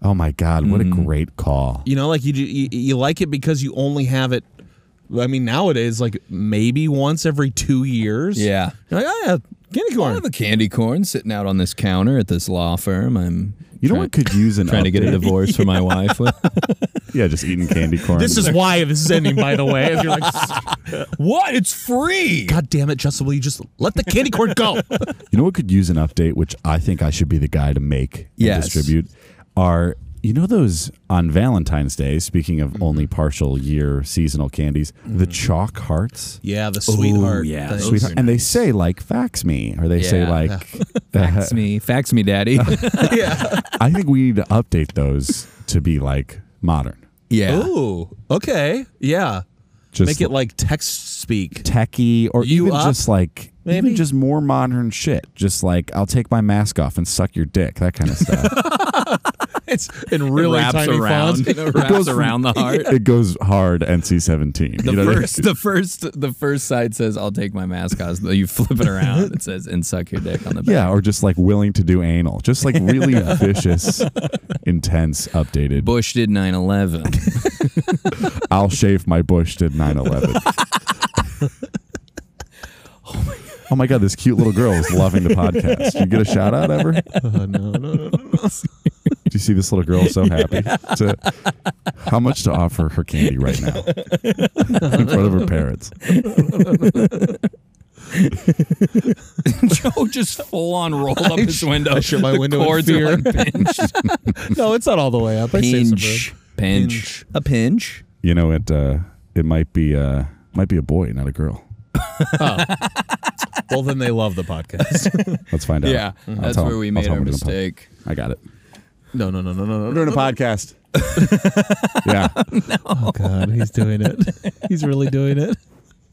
C: Oh my God, what
B: Mm-hmm.
C: a great call.
B: You know, like you, do- you you like it because you only have it. I mean, nowadays, like maybe once every two years.
A: Yeah.
B: You're like, oh yeah, candy
A: I
B: corn.
A: have a candy corn sitting out on this counter at this law firm. I'm
C: You know what could use an
A: trying to get a
C: update?
A: divorce for
C: *laughs*
A: my wife. With. *laughs*
C: Yeah, just eating candy corn.
B: This is why this is ending, by the way. If you're like,
A: what? It's free.
B: God damn it, Justin, will you just let the candy corn go?
C: You know what could use an update, which I think I should be the guy to make and
A: Yes.
C: distribute, are you know those on Valentine's Day, speaking of
B: Mm-hmm.
C: only partial year seasonal candies, the chalk hearts?
B: Yeah, the sweetheart.
A: yeah.
B: thing.
A: Those
C: Sweetheart. And they say like fax me, or they say
A: Yeah. *laughs*
C: like *laughs* uh,
A: Fax me. Fax me, daddy. *laughs*
B: *laughs* yeah.
C: I think we need to update those to be like modern.
A: yeah.
B: Ooh. Okay. Yeah.
C: Just
B: Make it like text speak.
C: techie or
B: You
C: even
B: up?
C: just like
B: Maybe?
C: even just more modern shit. Just like I'll take my mask off and suck your dick, that kind of stuff.
B: *laughs* It's in really
A: wraps
B: tiny
C: *laughs*
A: around.
B: font.
A: It wraps around the heart.
C: it goes hard NC seventeen.
A: The first, the first, the first side says, "I'll take my mask off." You flip it around, it says, "And suck your dick on
C: *laughs*
A: the back."
C: Yeah, or just like willing to do anal. Just like
A: *laughs*
C: really vicious, intense, updated.
A: Bush did
B: *laughs*
A: 9/11.
C: I'll shave my bush did 9 11.
A: *laughs*
C: Oh my god, this cute little girl is loving the podcast. You get a shout out
B: *laughs*
C: ever? Do
B: Uh, no, no, no.
C: *laughs* you see this little girl so
A: *laughs*
C: happy? To, how much to offer her candy
B: *laughs*
C: right now in front of her parents?
A: Joe Oh, just full on rolled up his window.
B: *laughs* I shut my
A: the
B: window in
A: cords
B: fear.
A: Are like pinched.
B: *laughs* No, it's not all the way up. I saved some room.
A: pinch, pinch, a pinch.
C: You know, it uh, it might be uh, might be a boy, not a girl.
B: Well, then they love the *laughs* podcast.
C: Let's find out.
A: Yeah,
C: I'll
A: that's
C: tell him.
A: where we
C: I'll
A: made
C: tell
A: our
C: him we're doing a pod-
A: mistake.
C: I got it.
B: no, no, no, no, no,
A: *laughs*
B: no.
C: We're doing a podcast. Yeah.
B: Oh God, he's doing it. he's really doing it.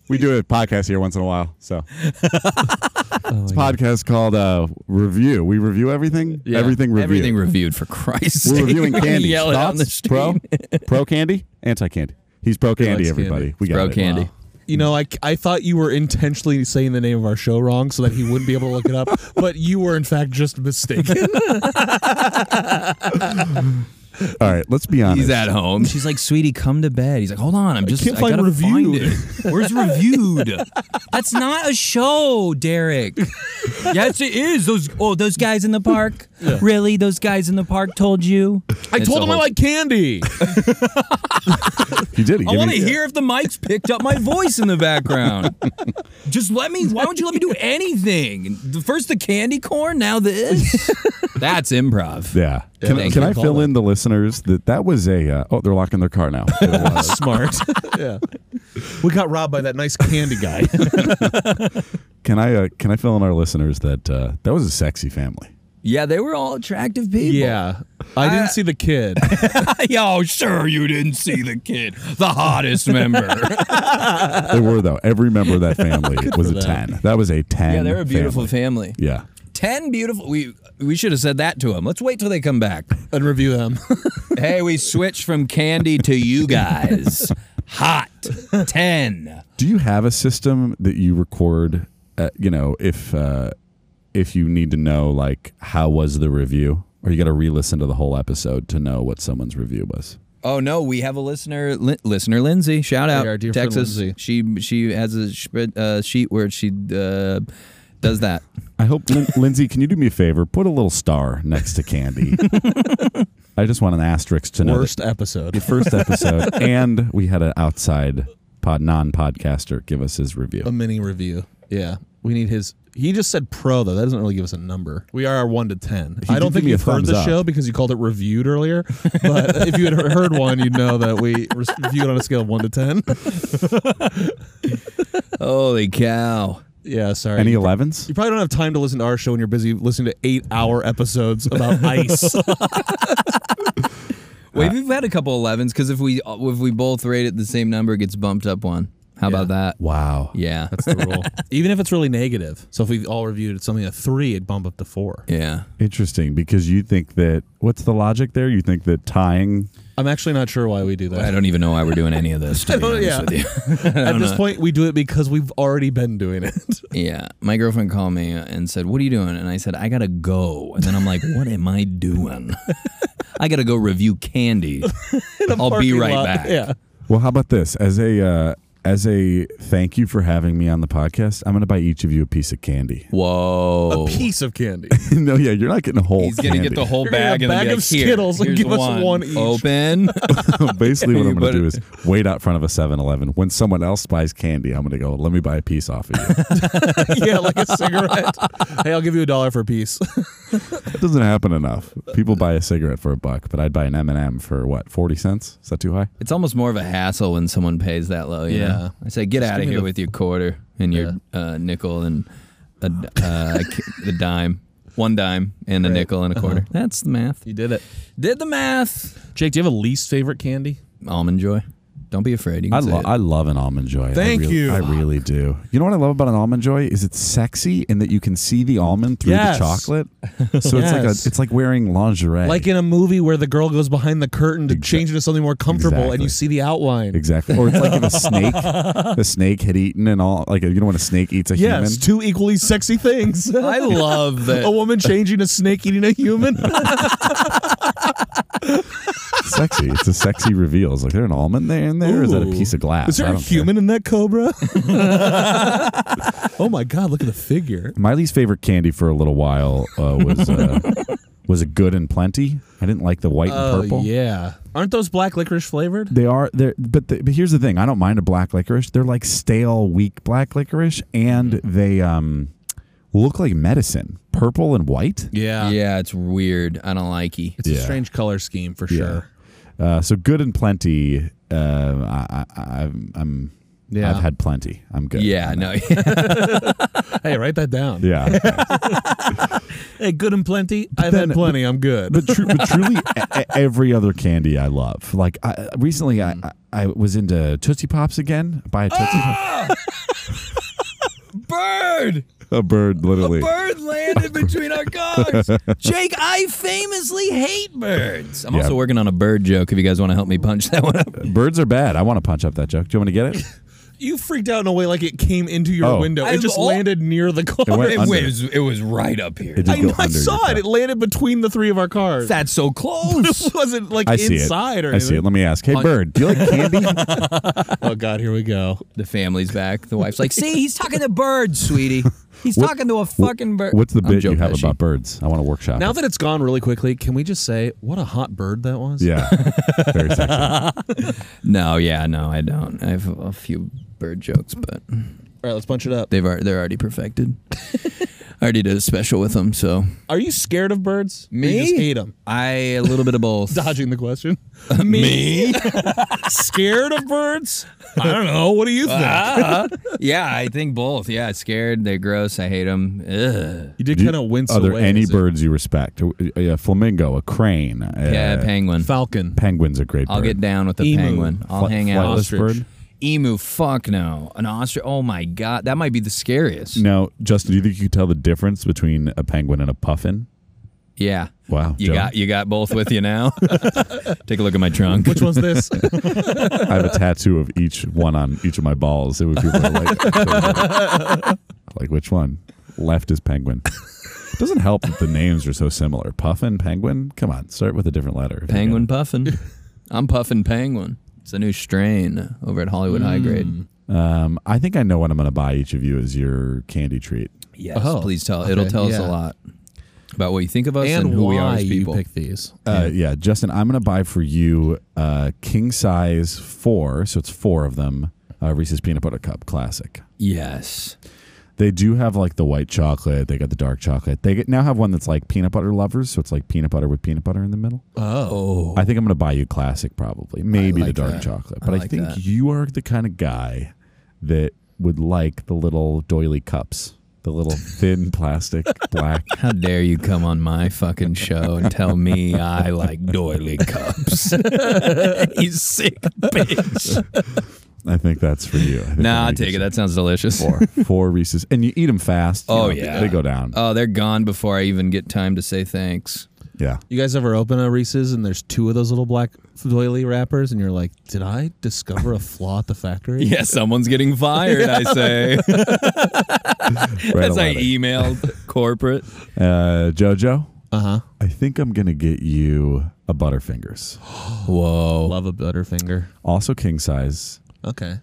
C: we do a podcast here once in a while.
A: *laughs*
C: So it's a podcast called uh, Review. We review everything. Everything review.
A: Everything reviewed for Christ's
C: We're
A: sake. *laughs*
C: reviewing
A: We're gonna
C: candy.
A: yell it out in the
C: Thoughts? pro? *laughs* pro candy? Anti candy. He's pro candy,
B: likes
C: everybody.
B: candy.
C: We got
A: Bro
C: it.
A: candy.
B: You know, I, I thought you were intentionally saying the name of our show wrong so that he wouldn't be able to look *laughs* it up, but you were in fact just mistaken.
C: All right, let's be honest.
A: He's at home. She's like, "Sweetie, come to bed." He's like, "Hold on, I'm just
B: can't
A: I
B: find
A: gotta find
B: reviewed."
A: it. Where's reviewed? That's not a show,
B: *laughs*
A: Derek. yes, it is. Those oh, those guys in the park. Really, those guys in the park told you.
B: I
A: It's
B: told
A: a
B: him I
A: whole-
B: like candy. *laughs*
C: He did. He
A: I
C: gave
A: want to
C: me-
A: hear if the mics picked up my voice in the *laughs* background. Just let me. Why won't you let me do anything? The- First the candy corn, now this. *laughs* That's *laughs* improv.
C: Yeah. Can,
A: thank
C: can
A: you.
C: I fill in the listeners that that was a? Uh, oh, they're locking their car
A: *laughs*
C: now.
B: Smart. yeah. We got robbed by that nice candy guy.
C: can I? Uh, can I fill in our listeners that uh, that was a sexy family?
A: Yeah, they were all attractive people.
B: *laughs*
A: *laughs*
B: yeah. I didn't see the kid.
A: Yo, sure you didn't see the kid, the hottest member.
C: They were though. Every member of that family was a
B: them.
C: ten. That was a
A: *laughs*
C: ten.
A: yeah, they're a beautiful
C: family.
A: family.
C: Yeah.
A: Ten beautiful. We we should have said that to them. Let's wait till they come *laughs* back.
B: and review them.
A: hey, we switched from candy to you *laughs* guys. Hot ten.
C: Do you have a system that you record? Uh, you know, if uh, if you need to know like how was the review, or you got to re-listen to the whole episode to know what someone's review was.
A: Oh no, we have a listener, li- listener Lindsay. Shout out,
B: Hey, our dear friend
A: Texas.
B: Lindsay.
A: She she has a spread, uh, sheet where she uh, does *laughs* that.
C: I hope Lin- Lindsay, can you do me a favor? Put a little star next
A: *laughs*
C: to Candy. I just want an asterisk to know
B: *laughs*
C: that
B: Worst episode.
C: the first
A: *laughs*
C: episode, and we had an outside pod non-podcaster give us his
B: A
C: review.
B: mini review. Yeah. We need his. He just said pro though. That doesn't really give us a number. We are one to ten. I don't
C: did give
B: think
C: me a
B: you've heard
C: thumbs
B: the
C: up.
B: show because you called it reviewed earlier. *laughs* But if you had heard one, you'd know that we reviewed on a scale of one to ten.
A: Holy cow!
B: Yeah, sorry.
C: Any
B: you,
C: elevens?
B: you probably don't have time to listen to our show when you're busy listening to eight-hour episodes *laughs* about ice.
A: Wait, we've had a couple 11s because if we uh, if we both rate it the same number, it gets bumped up one. How about that?
C: Wow.
A: *laughs* Yeah,
B: That's the rule. Even if it's really negative. So if we all reviewed something at three, it'd bump up to four.
A: yeah.
C: Interesting, because you think that what's the logic there? You think that tying
B: I'm actually not sure why we do
A: I
B: that.
A: don't even know why we're doing any of this. *laughs* To be
B: don't-
A: honest
B: yeah.
A: with you. *laughs*
B: At this point, we do it because we've already been doing it.
A: Yeah. My girlfriend called me and said, What are you doing? And I said, I got to go. And then I'm like, *laughs* What am I *laughs* doing? I got to go review *laughs* candy. I'll be
B: Parking
A: right
B: lot.
A: back.
B: Yeah.
C: well, how about this as a uh, as a thank you for having me on the podcast? I'm going to buy each of you a piece of candy. *laughs*
A: Whoa.
B: Piece of candy.
C: no, yeah, you're not getting a whole.
A: He's going to
C: candy.
A: get the whole
B: You're gonna
A: bag
B: get a
A: and then be
B: bag of
A: like, "Here,
B: Skittles and
A: here's
B: give us
A: one.
B: one each." *laughs*
A: Open.
C: *laughs* Basically, what I'm
A: *laughs*
C: going
A: But-
C: to do is wait out front of a 7-Eleven. When someone else buys candy, I'm going to go. Let me buy a piece off of you.
B: yeah, like a cigarette. hey, I'll give you a dollar for a piece.
C: That doesn't happen enough. People buy a cigarette for a buck, but I'd buy an M and m for what forty cents? Is that too high?
A: it's almost more of a hassle when someone pays that low. you
B: Yeah.
A: know? I say, Get out of
B: give me
A: here
B: the-
A: with your quarter and your uh, nickel and a, d- uh, *laughs* a ki- a dime. One dime and a nickel and a quarter. That's the math.
B: *laughs* you did it.
A: Did the math.
B: Jake, do you have a least favorite candy?
A: Almond joy. Don't be afraid. You can
C: I,
A: say
C: lo-
A: it.
C: I love an almond joy. I
B: Thank
C: really-
B: you.
C: I really do. You know what I love about an almond joy is it's sexy in that you can see the almond through
B: Yes.
C: the chocolate. So it's like a,
B: Yes.
C: it's like wearing lingerie.
B: Like in a movie where the girl goes behind the curtain to change into something more comfortable and
C: Exactly.
B: you see the outline.
C: exactly, or it's like if a snake a snake had eaten and all like you know when a snake eats a
B: Yes,
C: human.
B: two equally sexy things.
A: I *laughs* love
B: a
A: that.
B: woman changing a snake eating a human.
C: sexy. It's a sexy reveal. It's like there an almond there in there. Or Is that a
B: Ooh.
C: piece of glass?
B: Is there
C: I
B: a
C: don't care.
B: human in that cobra? oh my god, look at the figure.
C: My least favorite candy for a little while uh,
B: *laughs*
C: was uh, was a good and plenty. I didn't like the white and purple.
B: Oh, yeah. Aren't those black licorice flavored?
C: They are there, but the, but here's the thing. I don't mind a black licorice. They're like stale, weak black licorice, and
B: Mm-hmm.
C: they um look like medicine. Purple and white.
B: Yeah.
A: yeah, it's weird. I don't like you.
B: It's a
C: Yeah.
B: strange color scheme for sure.
C: Uh, so good and plenty. Uh, I, I, I'm I'm
B: Yeah.
C: I've had plenty. I'm good.
A: Yeah, *laughs* no.
B: *laughs* Hey, write that down.
C: Yeah.
B: *laughs* Hey, good and plenty. I've
C: then-
B: had plenty. I'm good.
C: but, tru- but truly, e- e- every other candy I love. Like I, recently, I,
B: Mm.
C: I I was into Tootsie Pops again. Buy
B: *gasps*
C: a Tootsie Pop.
A: Bird!
C: A bird, literally.
A: Bird landed between our cars. Jake, I famously hate birds. I'm
C: Yeah.
A: also working on a bird joke if you guys want to help me punch that one
C: *laughs*
A: up.
C: Birds are bad. I want to punch up that joke. Do you want me to get it?
B: You freaked out in a way like it came into your
C: Oh.
B: window. It
A: I've
B: just
A: al-
B: landed near the car.
C: *laughs* went
B: It
C: under.
B: went-
A: Wait, it was, it was right up here.
C: It did
B: I,
C: go
B: know, I
C: under your
B: saw it.
C: cup.
B: It landed between the three of our cars.
A: That's so close.
B: *laughs* it wasn't like
C: I see
B: inside
C: it.
B: or
C: I see
B: anything.
C: it. Let me ask. Hey, bird, do you like candy?
B: Oh God, here we go.
A: *laughs* the family's back. The wife's like, see, he's talking to birds, sweetie. He's talking to a fucking bird.
C: What's the
A: I'm
C: bit
A: Joe
C: you have
A: Pesci.
C: about birds? I want to workshop.
B: Now
C: it.
B: that it's gone really quickly, can we just say what a hot bird that
A: *laughs*
B: was?
C: yeah, very sexy.
A: No, yeah, no, I don't. I have a few bird jokes, but
B: All right, let's punch it up.
A: they've al- they're already perfected. *laughs* I already did a special with them, so
B: Are you scared of birds? Or You just hate them.
A: I a little bit of both.
B: *laughs* Dodging the
C: *laughs*
B: question. Me? *laughs* scared of birds? I don't know. What do you think?
A: yeah, I think both. Yeah, scared. They're gross. I hate them. Ugh.
B: you did
C: Do you-
B: kind of wince
C: Are there
B: away.
C: any
B: as a-
C: birds you respect? A, a flamingo, a crane. A
A: Yeah, penguin.
B: Falcon.
C: penguin's a great
A: I'll
C: bird.
A: get down with the
B: Emu.
A: penguin. I'll
C: Fli-
A: hang out.
C: flightless bird.
A: Emu, fuck no. An ostrich. Oh my god, that might be the scariest.
C: Now, Justin, do you think you can tell the difference between a penguin and a puffin?
A: Yeah.
C: Wow,
A: You
C: Joe.
A: got you got both with you now. *laughs* Take a look at my trunk.
B: *laughs* Which one's this?
C: I have a tattoo of each one on each of my balls. It would be like, like which one? Left is penguin. Doesn't help that the names are so similar. Puffin, penguin. Come on, start with a different letter. if you're
A: *laughs* Penguin puffin. I'm puffing penguin. It's a new strain over at Hollywood High Grade.
C: gonna- Um, I think I know what I'm going to buy each of you as your candy treat.
A: Yes,
B: Oh,
A: please tell. It'll
B: okay,
A: tell us
B: yeah.
A: a lot about what you think of us and,
B: and
A: who
B: why
A: we are as
B: you
A: people.
B: pick these?
C: Uh, yeah, Justin, I'm going to buy for you uh, king size four. So it's four of them. Uh, Reese's peanut butter cup classic.
A: yes.
C: They do have like the white chocolate. They got the dark chocolate. They get, now have one that's like peanut butter lovers, so it's like peanut butter with peanut butter in the middle.
A: Oh.
C: I think I'm gonna buy you classic, probably maybe
A: like
C: the dark
A: that.
C: chocolate.
A: I
C: But I,
A: like
C: think
A: that.
C: you are the kind of guy that would like the little doily cups, the
A: *laughs*
C: little thin plastic black.
A: How dare you come on my fucking show and tell me I like doily cups? *laughs* you sick bitch.
C: I think that's for you. I think
A: Nah, I
C: I'm gonna
A: take it.
C: get
A: That sounds delicious.
C: you *laughs* Four, four Reese's, and you eat them fast. you
A: Oh,
C: know, they-
A: yeah.
C: they go down.
A: Oh, they're gone before I even get time to say thanks. *laughs*
C: yeah,
B: You guys ever open a Reese's and there's two of those little black doily wrappers and you're like, did I discover a flaw at the
A: *laughs*
B: factory?
A: Yeah, someone's getting fired, *laughs* I say.
C: right
A: As I
C: away.
A: emailed corporate.
C: Uh, Jojo,
B: Uh huh.
C: I think I'm gonna get you a Butterfingers,
A: Whoa.
B: Love a Butterfinger.
C: also king size.
B: Okay.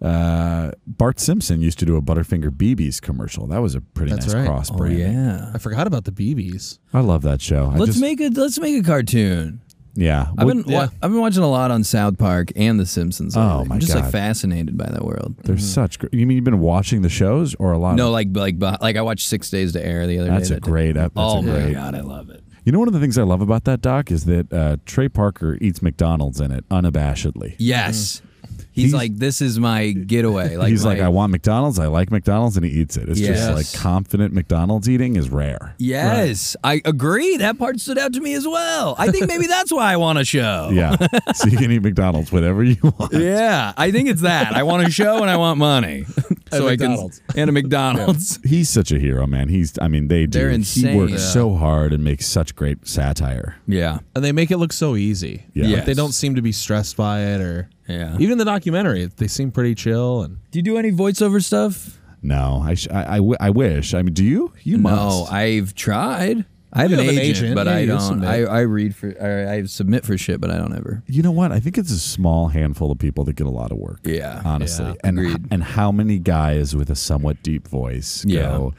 C: Uh, Bart Simpson used to do a Butterfinger BB's commercial. That was a pretty
B: That's
C: nice
B: right.
C: cross
A: Oh
C: brand.
A: yeah.
B: I forgot about the BBs.
C: I love that show. I
A: Let's
C: just,
A: make a let's make a cartoon.
C: yeah.
A: I've been
C: What-
B: yeah.
A: wa- I've been watching a lot on South Park and The Simpsons.
C: Oh,
A: lately.
C: my
A: I'm just like
C: God.
A: fascinated by that world.
C: they're such. Gr- you mean you've been watching the shows or a lot?
A: Mm-hmm. No,
C: of,
A: like like beh- like I watched Six Days to Air the other
C: that's
A: day.
C: a
A: that-
C: great. ep- That's
A: oh
C: a great.
A: my god, I love it.
C: You know, one of the things I love about that doc is that uh, Trey Parker eats McDonald's in it unabashedly.
A: Yes, he's,
C: He's-
A: like this is my getaway. Like
C: He's like,
A: my-
C: I want McDonald's. I like McDonald's, and he eats it. It's
A: Yes.
C: just like confident McDonald's eating is rare.
A: Yes, I agree. That part stood out to me as well. I think maybe that's why I want a show. *laughs*
C: Yeah, so you can eat McDonald's whenever you *laughs* want.
A: Yeah, I think it's that. I want a show and I want money. *laughs* so I can
B: McDonald's.
A: and a McDonald's.
C: He's such a hero, man. He's. I mean, they do.
A: They're
C: He
A: insane.
C: works
A: Yeah.
C: so hard and makes such great satire.
A: Yeah.
B: And they make it look so easy.
C: Yeah.
B: Like, they
A: Yes.
B: don't seem to be stressed by it or
A: Yeah.
B: even the documentary, they seem pretty chill and
A: Do you do any voiceover stuff?
C: No, I, sh- I, I, w- I wish. I mean, do you? You
A: No,
C: must.
A: I've tried. I have an,
B: have an
A: agent,
B: agent.
A: but
B: Yeah,
A: I
B: you
A: don't.
B: submit.
A: I, I read for. Or I submit for shit, but I don't ever.
C: You know what? I think it's a small handful of people that get a lot of work.
A: Yeah.
C: honestly.
B: Yeah.
C: and
A: Agreed.
C: and how many guys with a somewhat deep voice go?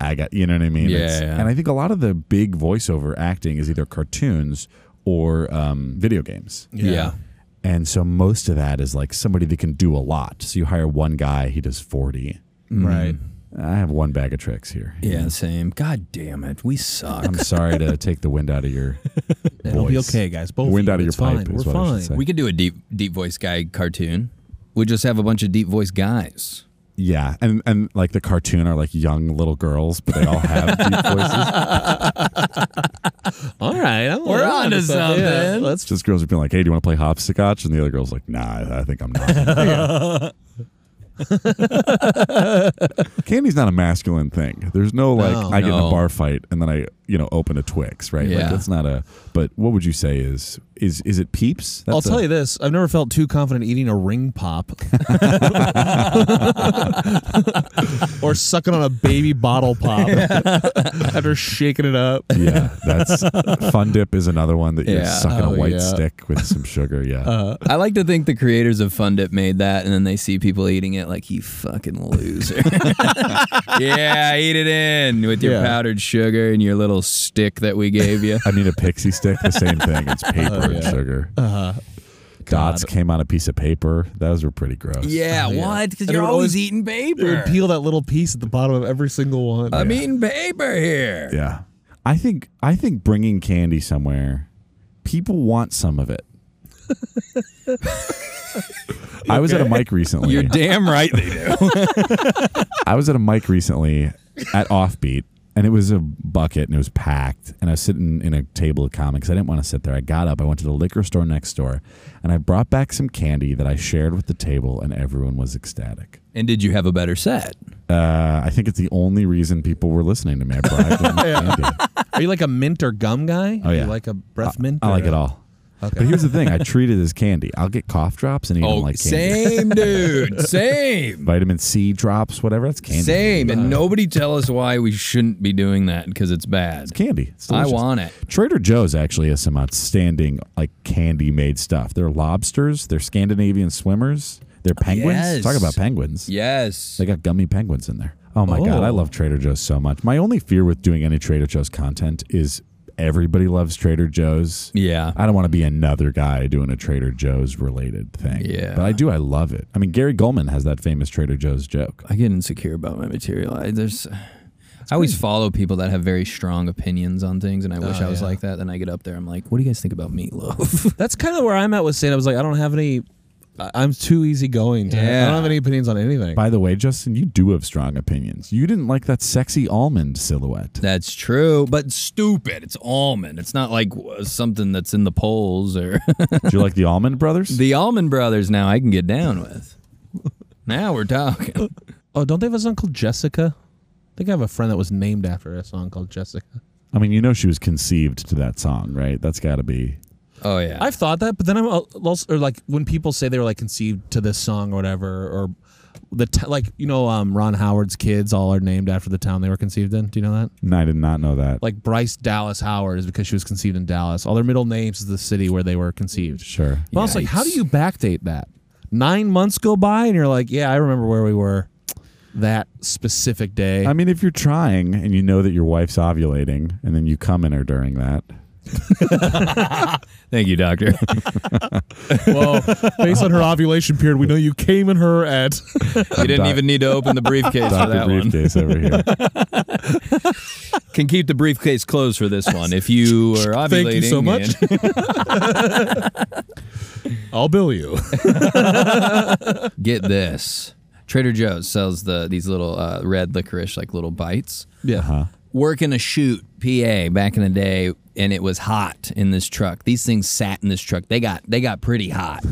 C: I got you know what I mean.
A: Yeah,
C: It's-
A: yeah.
C: And I think a lot of the big voiceover acting is either cartoons or um, video games.
A: Yeah.
C: And so most of that is like somebody that can do a lot. So you hire one guy, he does forty.
B: right.
C: I have one bag of tricks here.
A: Yeah, Same. God damn it. We suck.
C: I'm
A: *laughs*
C: sorry to take the wind out of your
B: It'll be
C: voice.
B: okay, guys. Both
C: Wind
B: of you,
C: out of
B: it's
C: your
B: fine.
C: pipe is
B: We're
C: what I should
B: fine.
C: say.
A: we could do a deep deep voice guy cartoon. we just have a bunch of deep voice guys.
C: Yeah, and and like the cartoon are like young little girls, but they all
B: *laughs*
C: have deep voices.
B: All right, I'm-
A: We're
B: I'm
A: onto
B: onto Yeah,
A: something.
B: let's
C: Just girls are being like, "Hey, do you want to play hopscotch?" And the other girl's like, "Nah, I think I'm not."
B: *laughs*
C: Candy's not a masculine thing. There's no like
B: No,
C: I get in a
A: no.
C: bar fight and then I you know open a Twix, right? Like
A: Yeah.
C: that's not a. But what would you say is is is it peeps? That's
B: I'll tell
C: a-
B: you this: I've never felt too confident eating a ring
C: *laughs*
B: pop, or sucking on a baby bottle pop *laughs* after shaking it up.
C: Yeah,
B: *laughs*
C: that's Fun Dip is another one that you're
A: Yeah.
C: sucking
B: Oh,
C: a white
B: yeah. Oh,
C: stick with some sugar.
B: *laughs*
C: Yeah,
A: I like to think the creators of Fun Dip made that, and then they see people eating it like you fucking loser. *laughs* yeah, eat it in with your
B: Yeah.
A: powdered sugar and your little stick that we gave *laughs* you.
C: I mean a pixie stick, the same thing.
A: *laughs* Oh,
C: It's paper and sugar.
A: Uh-huh.
C: Dots came on a piece of paper. Those were pretty gross.
A: yeah,
B: yeah.
A: what? Because
B: And
A: you're
B: it would
A: always,
B: always-
A: eating
B: It
A: paper.
B: would peel that little piece at the bottom of every single one.
A: I'm eating paper here.
C: Yeah. I think I think bringing candy somewhere, people want some of it.
A: *laughs*
C: I was at a mic recently.
A: You're damn right *laughs* they do.
C: I was at a mic recently at Offbeat, and it was a bucket and it was packed. And I was sitting in a table of comics. I didn't want to sit there. I got up. I went to the liquor store next door, and I brought back some candy that I shared with the table, and everyone was ecstatic.
A: and did you have a better set?
C: Uh, I think it's the only reason people were listening to me. I bribed them with candy.
B: Are you like a mint or gum guy?
C: Oh,
B: Are you
C: yeah.
B: like a breath mint.
C: I like
B: or-
C: it all.
B: Okay.
C: But here's the thing: I treat it as candy. I'll get cough drops and eat them like candy.
A: Oh, same, *laughs* dude. Same.
C: Vitamin C drops, whatever. That's candy.
A: Same. And nobody tell us why we shouldn't be doing that because it's bad.
C: Candy. It's
A: I
C: delicious.
A: want it.
C: Trader Joe's actually has some outstanding like candy made stuff. They're lobsters, they're Scandinavian swimmers, they're penguins.
A: Oh, Yes.
C: Talk about penguins.
A: Yes.
C: They got gummy penguins in there. Oh my god, I
B: Oh.
C: love Trader Joe's so much. My only fear with doing any Trader Joe's content is everybody loves Trader Joe's.
A: yeah.
C: I don't want to be another guy doing a Trader Joe's related thing.
A: Yeah.
C: But I do, I love it. I mean, Gary Goldman has that famous Trader Joe's joke.
A: I get insecure about my material. I, there's, I always follow people that have very strong opinions on things, and I wish I was
B: yeah.
A: like that. Then I get up there, I'm like, "What do you guys think about meatloaf?"
B: That's kind of where I'm at with saying I was like, I don't have any. I- I'm too easygoing. To I
A: Yeah.
B: don't have any opinions on anything.
C: By the way, Justin, you do have strong opinions. You didn't like that sexy
B: *laughs*
C: almond
A: *laughs*
C: silhouette.
A: that's true, but stupid. It's almond. It's not like uh, something that's in the polls or *laughs*
C: Did you like the Almond Brothers?
A: the Almond Brothers. Now I can get down with. Now we're *laughs* talking.
B: oh, don't they have a song called Jessica? I think I have a friend that was named after a song called Jessica.
C: I mean, you know, she was conceived to that song, right? That's got to be.
A: Oh yeah,
B: I've thought that, but then I'm al- also or like when people say they were like conceived to this song or whatever, or the t- like you know um, Ron Howard's kids all are named after the town they were conceived in. Do you know that?
C: And I did not know that.
B: Like Bryce Dallas Howard is because she was conceived in Dallas. All their middle names is the city where they were conceived.
C: sure.
B: But I was like, how do you backdate that? Nine months go by and you're like, yeah, I remember where we were that specific day.
C: I mean, if you're trying and you know that your wife's ovulating, and then you come in her during that,
A: thank you, *laughs* doctor.
B: well, based *laughs* on her ovulation period, we know you came in her at.
A: you didn't
C: Doc-
A: even need to open the briefcase for
C: Doctor
A: that one.
C: Briefcase over
B: *laughs*
C: here.
A: Can keep the briefcase closed for this one if
B: *laughs*
A: you are ovulating.
B: Thank you so much.
A: and-
B: I'll bill you.
A: *laughs* get this trader joe's sells the these little uh, red licorice like little bites
B: Yeah.
A: working a shoot pa back in the day and it was hot in this truck these things sat in this truck they got they got pretty hot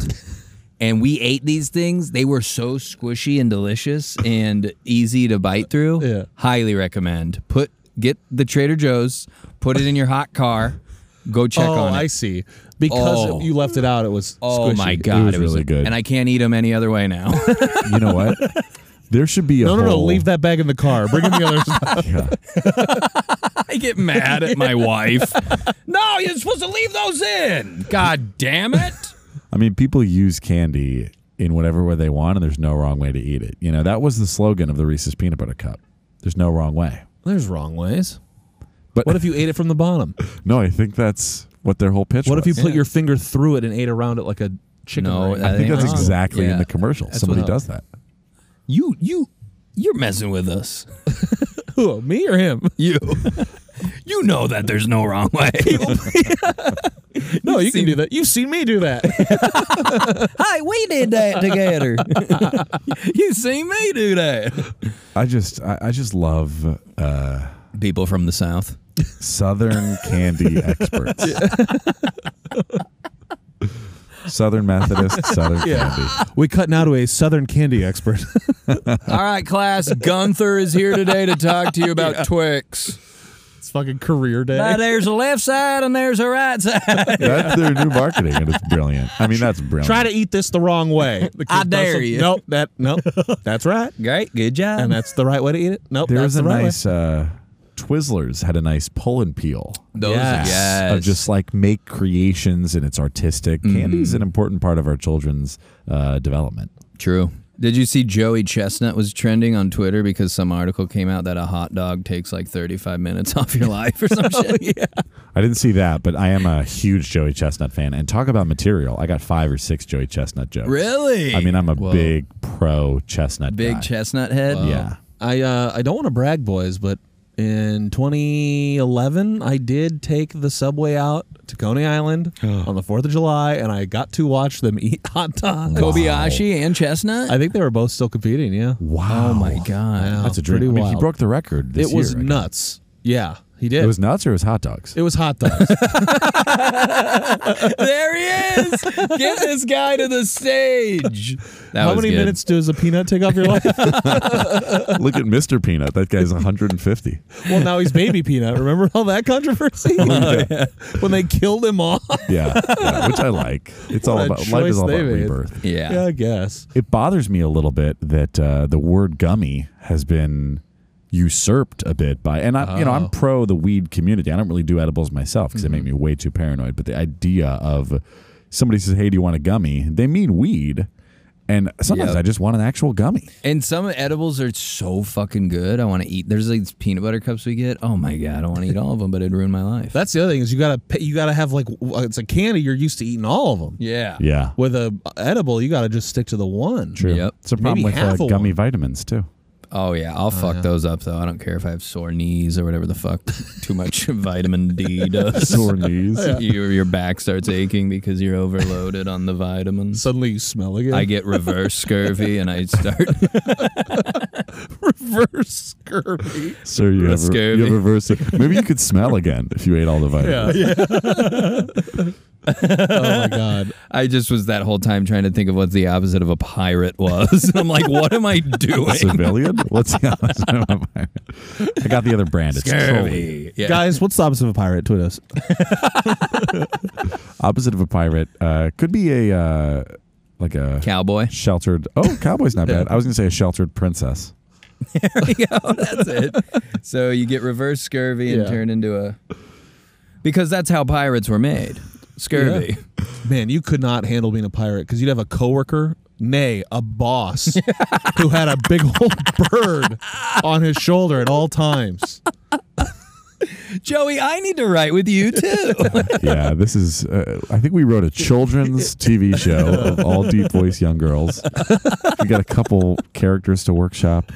A: and we ate these things they were so squishy and delicious and easy to bite through
B: Yeah.
A: highly recommend put get the trader joe's put it in your hot car go check
B: oh,
A: on it
B: I see. Because
A: Oh.
B: you left it out, it was.
A: oh
B: squishy.
A: my god
C: was really good.
A: and i can't eat them any other way now *laughs*
C: You know what? There should be a
B: No, no, no.
C: whole-
B: Leave that bag in the car. Bring in
A: *laughs*
B: the other stuff.
C: Yeah.
A: I get mad at *laughs* my wife. No, you're supposed to leave those in. God damn it.
C: I mean, people use candy in whatever way they want, and there's no wrong way to eat it. You know, that was the slogan of the Reese's Peanut Butter Cup. There's no wrong way.
B: There's wrong ways.
C: But-
B: what if you ate it from the bottom?
C: No, I think that's what their whole pitch
B: What if you
C: was.
B: put your finger through it and ate around it like a chicken?
A: No,
B: ring? *laughs*
A: I
C: I think that's
A: Oh,
C: exactly in
A: yeah.
C: the commercial. Somebody does that.
A: You you you're messing with us.
B: Who,
A: *laughs*
B: me or him?
A: You you know that there's no wrong way.
B: No, you can do that. You've seen me
A: *laughs*
B: do that.
A: Hi, we did that together. *laughs* you seen me do that.
C: I just I, I just love uh,
A: People from the South.
B: *laughs*
C: Southern candy experts. *laughs* Southern Methodist, Southern candy.
B: *laughs* we cut now to a Southern candy expert. *laughs*
A: All right, class. Gunther is here today to talk to you about Twix.
B: it's fucking career day.
A: Now, Uh, there's a left side and there's a right side.
C: That's their new marketing, and it's brilliant. I mean, that's brilliant.
B: Try to eat this the wrong way. The
A: *laughs*
B: kid
A: I dare
B: doesn't-
A: you.
B: Nope, that
A: *laughs*
B: nope. That's right.
A: Great, good job.
B: And that's the right way to eat it. Nope,
C: There
B: that's
C: was a
B: the right
C: nice uh, Twizzlers had a nice pull and peel.
A: Those,
B: Yes. Mm-hmm.
A: yes.
C: Of just like make creations and it's artistic. Candy's an important part of our children's uh, development.
A: True. Did you see Joey Chestnut was trending on Twitter because some article came out that a hot dog takes like 35 minutes *laughs* off your life or
C: *laughs* Oh,
A: some shit? Yeah.
C: I didn't see that, but I am a huge Joey Chestnut fan. And talk about material. I got five or six Joey Chestnut jokes.
A: Really?
C: I mean, I'm a
A: Whoa.
C: big pro Chestnut
A: Big
C: guy.
A: chestnut head?
C: Yeah.
B: way. I uh, I don't want to brag, boys, but in 2011, I did take the subway out to Coney Island
C: Oh.
B: on the 4th of July, and I got to watch them eat *laughs* hot dogs.
A: Kobayashi and chestnut?
B: I think they were both still competing. Yeah,
C: Wow.
A: oh my God.
C: That's a dream.
B: Pretty
C: I mean, he
B: wild.
C: broke the record this
B: it was
C: year, I guess.
B: nuts. Yeah, he did.
C: It was nuts or it was hot dogs?
B: *laughs* It was hot
C: *laughs*
B: dogs.
A: *laughs* there he is. Get this guy to the
C: *laughs*
A: stage. That
B: How
A: was
B: many
A: good.
B: minutes does a peanut take off your life?
C: Look at Mr. Peanut. That guy's 150.
B: well, now he's baby peanut. Remember all that controversy
C: Oh,
B: *laughs* when they killed him off?
C: Yeah, yeah, which I like. It's all
B: What a
C: about life
B: choice
C: is all
B: they
C: about
B: made.
C: rebirth.
B: *laughs*
A: Yeah.
B: I guess.
C: It bothers me a little bit that uh, the word gummy has been usurped a bit by, and I, am you know, I'm pro the weed community. I don't really do edibles myself because they make me way too paranoid. But the idea of somebody says, "Hey, do you want a gummy?" They mean weed, and sometimes
A: Yep.
C: I just want an actual gummy.
A: And some edibles are so fucking good. I want to eat. There's like these peanut butter cups we get. Oh my God. I want to eat all of them, but it'd ruin my life.
B: That's the other thing is you gotta pay, you gotta have like w- it's a candy. You're used to eating all of them.
A: yeah.
C: Yeah,
B: With a edible, you gotta just stick to the one.
C: true.
A: Yep.
C: It's a problem
B: Maybe
C: with uh,
B: half a
C: gummy vitamins too.
A: Oh yeah, I'll
B: Uh-huh.
A: fuck those up though. I don't care if I have sore knees or whatever the fuck. Too much *laughs* vitamin D does.
B: *laughs*
C: Sore knees.
A: Your your back starts aching because you're overloaded on the vitamins.
B: Suddenly you smell again. *laughs*
A: I get reverse scurvy and I start.
B: reverse scurvy.
C: *laughs* Sir, you have,
A: That's
C: you have
A: scary.
C: reversed it. Maybe you could smell again if you ate all the vitamins.
B: Yeah. yeah. *laughs* oh my god.
A: I just was that whole time trying to think of what the opposite of a pirate was. *laughs* I'm like, what am I doing?
C: civilian? What's the opposite? I got the other brand. It's trolley.
A: Yeah.
B: Guys, what's the opposite of a pirate? Tweet us.
C: Opposite of a pirate uh, could be a uh, like a
A: Cowboy.
C: sheltered.
A: *laughs*
C: Oh, cowboy's not bad. I was gonna say a sheltered princess.
A: There you go. That's it. So you get reverse scurvy and
B: Yeah.
A: turn into a. Because that's how pirates were made. Scurvy.
B: Man, you could not handle being a pirate because you'd have a coworker, nay, a *laughs* boss, who had a big old bird on his shoulder at all times.
A: Joey, I need to write with you too.
C: Yeah, this is. Uh, I think we wrote a children's TV show of all deep voice young girls. We got a couple characters to workshop.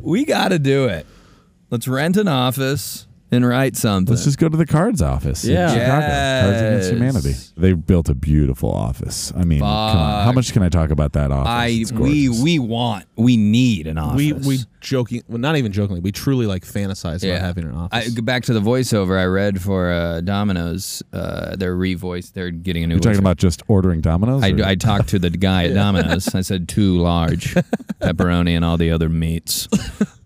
A: we got to do it. Let's rent an office and write something.
C: Let's just go to the Cards office
B: Yeah.
C: in Chicago. Cards Against
A: Yes.
C: Humanity. They built a beautiful office. I mean, come on. How
A: Fuck.
C: much can I talk about that office?
A: I
C: It's
A: we
C: gorgeous.
A: we want we need an office.
B: We we joking, well, not even jokingly, we truly like fantasize about having an
A: I,
B: office.
A: go back to the voiceover I read for uh, Domino's. Uh, they're revoice. They're getting a new.
C: You're talking about just ordering Domino's?
A: I,
C: or-
A: I talked to the
C: *laughs*
A: guy at Domino's. I said two large pepperoni and all the other meats.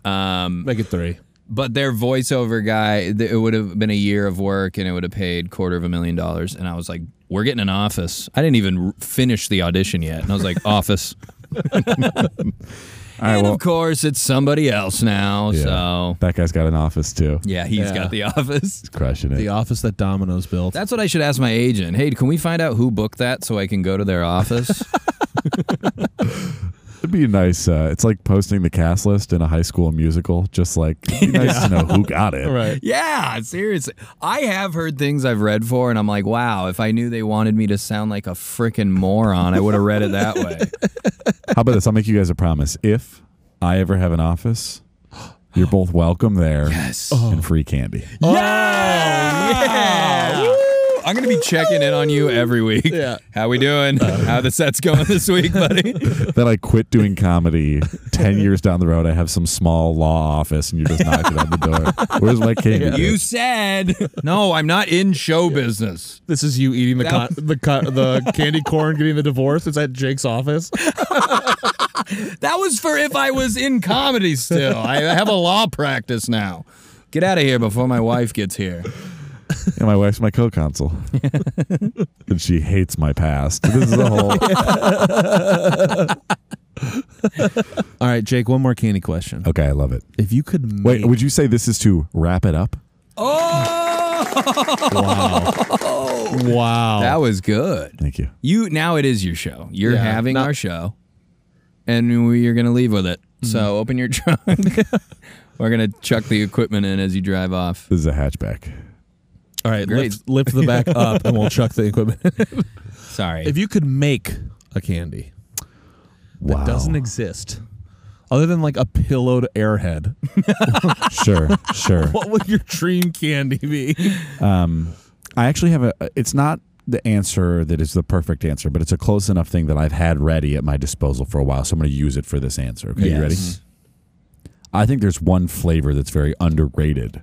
B: Make it three.
A: But their voiceover guy, th- it would have been a year of work and it would have paid quarter of a million dollars. And I was like, we're getting an office. I didn't even r- finish the audition yet. And I was like, *laughs* office.
C: All right,
A: and
C: well,
A: of course, it's somebody else now.
C: yeah.
A: So,
C: that guy's got an office too.
A: yeah, he's
B: Yeah.
A: got the *laughs* office.
C: Crushing it.
B: The office that Domino's built.
A: That's what I should ask my agent. Hey, can we find out who booked that so I can go to their office?
C: It'd be nice. Uh, it's like posting the cast list in a high school musical. Just like
B: *laughs*
C: it'd be nice to know who got it.
B: right.
A: *laughs* yeah, seriously. I have heard things I've read for, and I'm like, wow, if I knew they wanted me to sound like a freaking moron, I would have read it that way.
C: How about this? I'll make you guys a promise. If I ever have an office, you're both
B: Oh.
C: welcome there. Yes. And free candy.
A: Yeah! Woo! I'm gonna be checking in on you every week.
B: Yeah. Uh,
A: How we doing? How the set's going this week,
B: *laughs*
A: buddy?
C: that I quit doing comedy. Ten years down the road, I have some small law office, and you're just knocking on the door. Where's my candy?
A: you said no. I'm not in show business.
B: This is you eating the
A: That-
B: con- the co- *laughs* the candy corn, getting the divorce. It's at Jake's office.
A: That was for if I was in comedy still. I have a law practice now. Get out of here before my wife gets here.
C: And my wife's
B: *laughs*
C: my co-consul, and she hates my past. This is a
B: *laughs*
C: whole.
B: All right, Jake. One more candy question.
C: Okay, I love it.
B: If you could make,
C: Wait, would you say this is to wrap it up?
A: Oh,
B: wow.
A: that was good.
C: Thank you.
A: You now it is your show. You're
B: Oh. Yeah,
A: having
B: not-
A: our show, and we are gonna leave with it.
B: Mm-hmm.
A: So open your *laughs* trunk. We're gonna chuck the equipment in as you drive off.
C: This is a hatchback.
B: All right,
A: Great.
B: lift, lift the *laughs* back up, and we'll chuck the equipment.
A: Sorry.
B: *laughs* if you could make a candy
C: Wow.
B: that doesn't exist, other than like a pillowed airhead, *laughs*
C: sure, sure.
B: what would your dream candy be?
C: Um, I actually have a. It's not the answer that is the perfect answer, but it's a close enough thing that I've had ready at my disposal for a while. So I'm going to use it for this answer. Okay, you ready? I think there's one flavor that's very underrated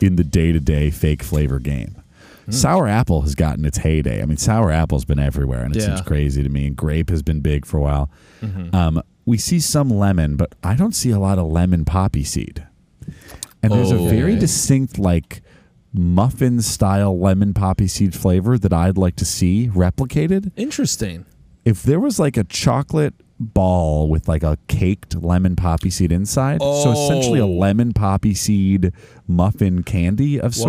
C: in the day to day fake flavor game.
B: Hmm.
C: Sour apple has gotten its heyday. I mean, sour apple's been everywhere, and it
B: Yeah. Mm-hmm.
C: seems crazy to me. And grape has been big for a while. Um, we see some lemon, but I don't see a lot of lemon poppy seed. And there's a very
B: Okay.
C: distinct, like, muffin style lemon poppy seed flavor that I'd like to see replicated.
B: Interesting.
C: If there was like a chocolate ball with like a caked lemon poppy seed inside, so essentially a
A: Oh.
C: lemon poppy seed muffin candy of
B: Whoa.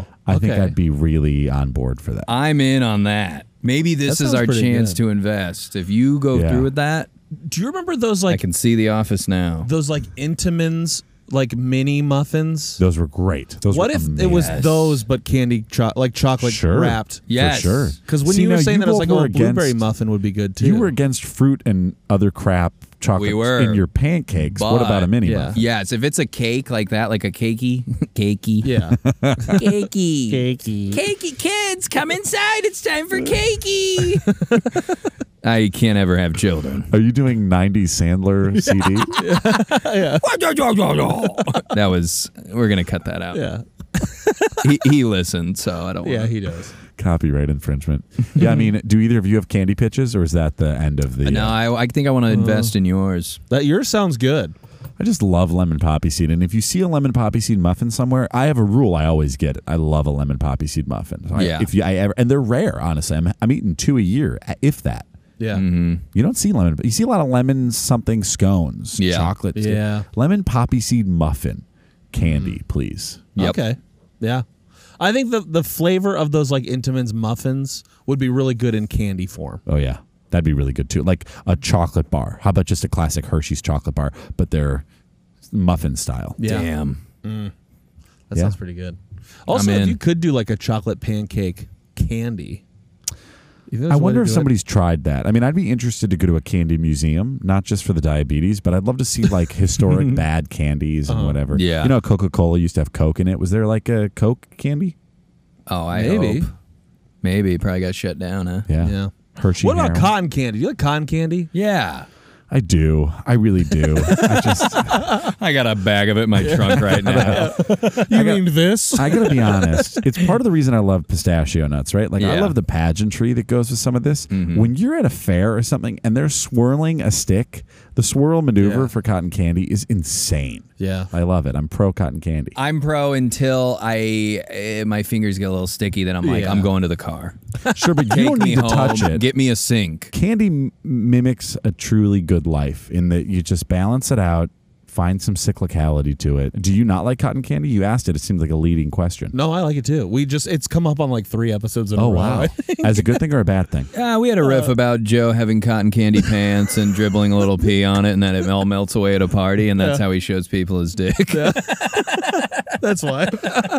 C: sorts, I think
B: Okay.
C: I'd be really on board for that.
A: I'm in on that. Maybe this
B: That
A: is
B: sounds
A: our
B: pretty
A: chance
B: good.
A: to invest. If you go
C: Yeah.
A: through with that,
B: Do you remember those
A: I
B: like
A: can see the office now.
B: those like Intamins, like mini muffins?
C: Those were great. Those
B: what
C: were
B: if
C: amazing.
B: it was
A: Yes.
B: those but candy cho- like chocolate
C: sure
B: wrapped?
A: Yes.
C: For sure.
B: Because when
C: See,
B: you were
C: now
B: saying that, I was
C: both
B: like, oh,
C: were
B: a blueberry
C: against-
B: muffin would be good too.
C: You were against fruit and other crap chocolate
A: were.
C: in your pancakes. what
A: But-
C: about a mini
B: Yeah.
C: muffin?
A: Yes, if it's a cake like that, like a cakey, *laughs* cakey,
B: yeah. *laughs*
A: cakey,
B: Cakey.
A: cakey. Kids, come inside. It's time for
B: *laughs*
A: cakey. I can't ever have children.
C: Are you doing
B: *laughs*
C: 90s Sandler CD?
A: that was. We're gonna cut that out.
B: Yeah.
A: He, he listened, so I don't.
B: Yeah,
A: wanna-
B: he does.
C: Copyright infringement. *laughs* Yeah, I mean, do either of you have candy pitches or is that the end of the.
A: No,
C: uh,
A: I, I think I
B: Uh-huh.
A: want to invest in yours.
B: That yours sounds good.
C: I just love lemon poppy seed. And if you see a lemon poppy seed muffin somewhere, I have a rule I always get. I love a lemon poppy seed muffin. So I-
A: Yeah.
C: if you, I ever, and they're rare, honestly. I'm, I'm eating two a year, if that.
B: Yeah.
C: You don't see lemon. You see a lot of lemon something scones,
A: Yeah.
C: chocolate.
B: Yeah.
C: Lemon poppy seed muffin candy,
A: Mm.
C: please.
A: Yep.
B: Okay. Yeah. I think the the flavor of those like Intamins muffins would be really good in candy form.
C: Oh yeah, that'd be really good too. Like a chocolate bar. How about just a classic Hershey's chocolate bar, but they're muffin style.
B: Yeah.
A: Damn.
B: That
C: Yeah.
B: sounds pretty good. Also,
A: I'm
B: if
A: in.
B: you could do like a chocolate pancake candy. if there's a
C: I
B: way
C: wonder
B: to
C: if
B: do it-
C: somebody's tried that. I mean, I'd be interested to go to a candy museum, not just for the diabetes, but I'd love to see
B: *laughs*
C: like historic bad candies
B: Uh-huh.
C: and whatever.
A: Yeah.
C: You know, Coca Cola used to have Coke in it. Was there like a Coke candy?
A: Oh, I
B: Maybe.
A: hope. Maybe probably got shut down, huh?
C: Yeah.
B: Yeah.
C: Hershey.
B: What about
C: Harem.
B: cotton candy? Do you like cotton candy?
A: Yeah.
C: I do. I really do. I
B: *laughs*
C: just.
A: I got a bag of it in my trunk right now. *laughs*
B: You mean this?
C: I gotta be honest. It's part of the reason I love pistachio nuts, right? Like I
A: Yeah.
C: love the pageantry that goes with some of this.
B: Mm-hmm.
C: When you're at a fair or something and they're swirling a stick, the swirl maneuver
B: Yeah.
C: for cotton candy is insane.
B: Yeah.
C: I love it. I'm pro cotton candy.
A: I'm pro until I eh, my fingers get a little sticky. Then I'm like,
B: Yeah.
A: I'm going to the car.
C: sure, but *laughs* you
A: Take
C: don't
A: me
C: need to
A: home.
C: touch it.
A: Get me a sink.
C: candy m- mimics a truly good life in that you just balance it out, find some cyclicality to it. Do you not like cotton candy? You asked it. It seems like a leading question.
B: No, I like it too. We just it's come up on like three episodes in a
C: Oh
B: row.
C: *laughs* wow! As a good thing or a bad thing?
A: Yeah, Ah, we had a riff about Joe having cotton *laughs* candy pants and dribbling a little pee on it, and then it all melts away at a party, and that's how he shows people his dick.
B: *laughs*
A: *laughs*
B: That's why.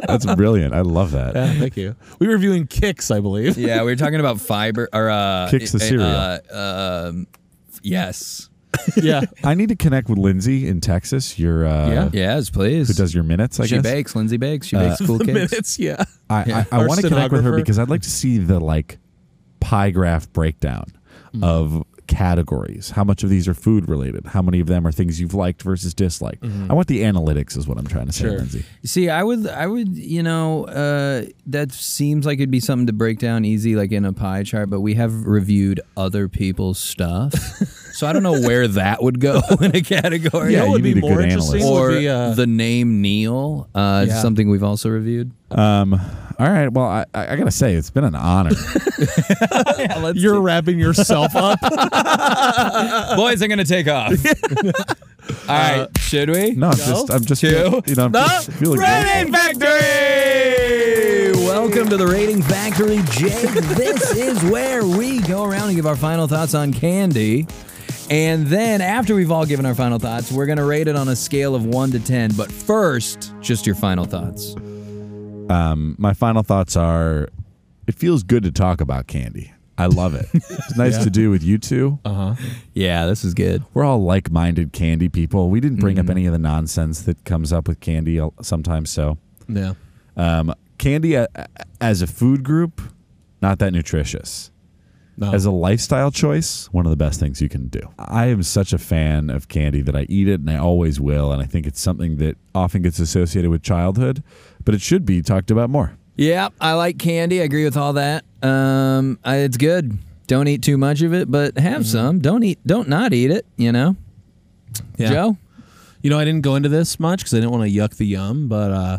C: That's brilliant. I love that.
B: Yeah, thank you. We were viewing kicks, I believe.
A: Yeah, we were talking about fiber or uh,
C: Kicks the
A: uh,
C: cereal.
A: Uh, um, yes,
B: *laughs* yeah.
C: I need to connect with Lindsay in Texas. Your uh,
B: Yeah.
A: Yes, please.
C: who does your minutes? I
A: she
C: guess
A: bakes. Lindsay bakes. She bakes *laughs* cool
B: the
A: cakes.
B: minutes, yeah.
C: I,
A: Yeah.
C: I, I
B: Our
C: want to connect with her
B: stenographer.
C: because I'd like to see the like pie graph breakdown
B: Mm.
C: of categories. How much of these are food related? How many of them are things you've liked versus disliked? I want the analytics, is what I'm trying to say,
B: Mm-hmm. Sure.
C: Lindsay.
A: See, I would, I would, you know, uh, that seems like it'd be something to break down easy, like in a pie chart. But we have reviewed other people's
C: *laughs*
A: stuff, so I don't know where that would go *laughs* in a category.
B: you
C: Yeah,
B: know what would
C: you need
B: be
C: a
B: more
C: good
B: interesting?
C: analyst.
A: Or
B: would be, uh,
A: the name Neil, uh, is
B: Yeah.
A: something we've also
C: *laughs*
A: reviewed.
C: Um, all right. Well, I, I I gotta say, it's been
B: *laughs*
C: an honor.
B: *laughs* You're wrapping yourself up.
C: *laughs*
A: Boys, I'm gonna take off. All right, should we?
C: No, I'm just, I'm just, feel- you know, I'm just feeling grateful.
A: Factory! Welcome to the Rating Factory, Jake. this *laughs* is where we go around and give our final thoughts on candy. And then, after we've all given our final thoughts, we're going to rate it on a scale of 1 to 10. But first, just your final thoughts.
C: Um, my final thoughts are: it feels good to talk about candy. I love it. It's nice to do with you two.
B: Uh-huh.
A: Yeah, this is good.
C: we're all like-minded candy people. We didn't
B: Mm-hmm.
C: bring up any of the nonsense that comes up with candy al- sometimes. So,
B: *laughs* Yeah.
C: um, candy uh, as a food group, not that nutritious.
B: No.
A: Oh.
C: As a lifestyle choice, one of the best things you can do. I am such a fan of candy that I eat it and I always will, and I think it's something that often gets associated with childhood, but it should be talked about more.
A: Yeah, I like candy. I agree with all that. Um, I- it's good. Don't eat too much of it, but have some. Don't eat, don't not eat it, you know?
B: Yeah.
A: Joe?
B: You know, I didn't go into this much because I didn't want to yuck the yum, but uh,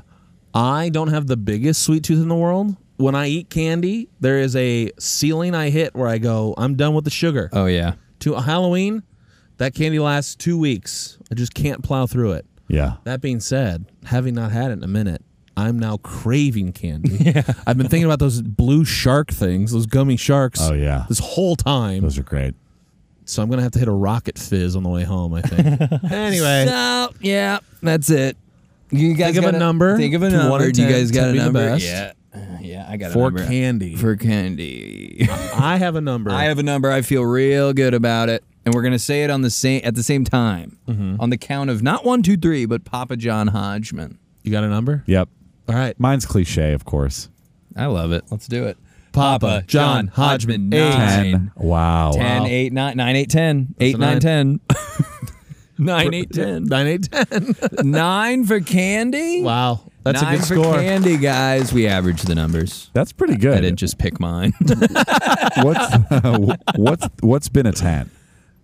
B: I don't have the biggest sweet tooth in the world. When I eat candy, there is a ceiling I hit where I go, I'm done with the sugar.
A: Oh, yeah.
B: to Halloween, that candy lasts two weeks. I just can't plow through it.
C: Yeah.
B: That being said, having not had it in a minute, I'm now craving
C: *laughs*
B: candy. I've been thinking about those blue shark things, those gummy sharks.
C: Oh, yeah.
B: This whole time.
C: Those are great.
B: so I'm gonna have to hit a rocket fizz on the way home, I think. *laughs* anyway.
A: So yeah, that's it. You guys
B: Think of a
A: gotta-
B: number.
A: Think of a
B: To one
A: number.
B: or
A: Do you
B: ten,
A: guys got
B: to
A: a
B: be the
A: number?
B: best.
A: Yeah, Uh, yeah, I got
B: For
A: a number
B: candy.
A: for candy.
B: I have a
A: *laughs*
B: number.
A: I have a number. I feel real good about it, and we're gonna say it on the same at the same time
B: Mm-hmm.
A: on the count of not one, two, three, but Papa John Hodgman.
B: you got a number?
C: Yep.
B: All right.
C: Mine's cliche, of course.
A: I love it. Let's do it.
B: Papa John Hodgman, eight.
A: nine.
C: 10. Wow.
A: 10,
B: Wow.
A: 8, 9, 9, 8, 10. 8,
B: a
A: 9, *laughs*
B: nine. *laughs*
A: 10. 9, 8, 10.
B: Nine eight ten.
A: 9 for candy?
B: Wow. That's
A: Nine
B: a good
A: for
B: score.
A: candy, guys. We average the numbers.
C: That's pretty good.
A: I didn't just pick mine. *laughs*
C: what's *laughs* what's *laughs* what's been a ten?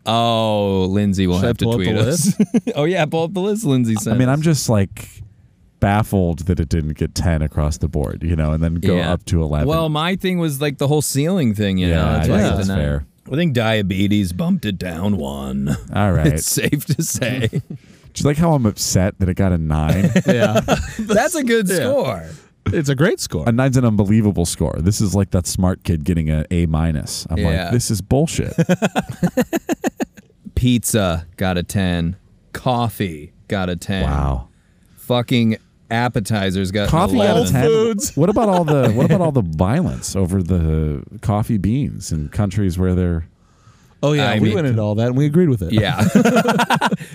A: oh, Lindsay will
B: Should I
A: have to
B: pull up
A: tweet
B: the
A: us. *laughs* oh yeah, pull up the list, Lindsay said.
C: I mean, I'm just like baffled that it didn't get ten across the board, you know, and then go up to eleven.
A: Well, my thing was like the whole ceiling thing, you
C: yeah,
A: know.
C: I
A: That's
C: guess
A: why I got
C: that's
A: the nine.
C: fair.
D: I think diabetes bumped it down one.
A: *laughs*
C: All
A: It's
C: right.
A: safe to say
C: *laughs* Do you like how I'm upset that it got a nine?
A: *laughs*
B: yeah.
A: that's a good score.
B: It's a great score.
C: a nine's an unbelievable score. This is like that smart kid getting an A minus. I'm
A: Yeah.
C: like, this
A: *laughs*
C: is bullshit.
A: Pizza got a ten. Coffee got a ten.
C: wow.
A: Fucking appetizers got an
C: Coffee got a
A: 11.
C: ten.
B: Foods.
C: What about all the what
A: *laughs*
C: about all the violence over the coffee beans in countries where they're
B: Oh yeah,
A: I
B: we
A: mean-
B: went into all that and we agreed with it.
A: Yeah. *laughs*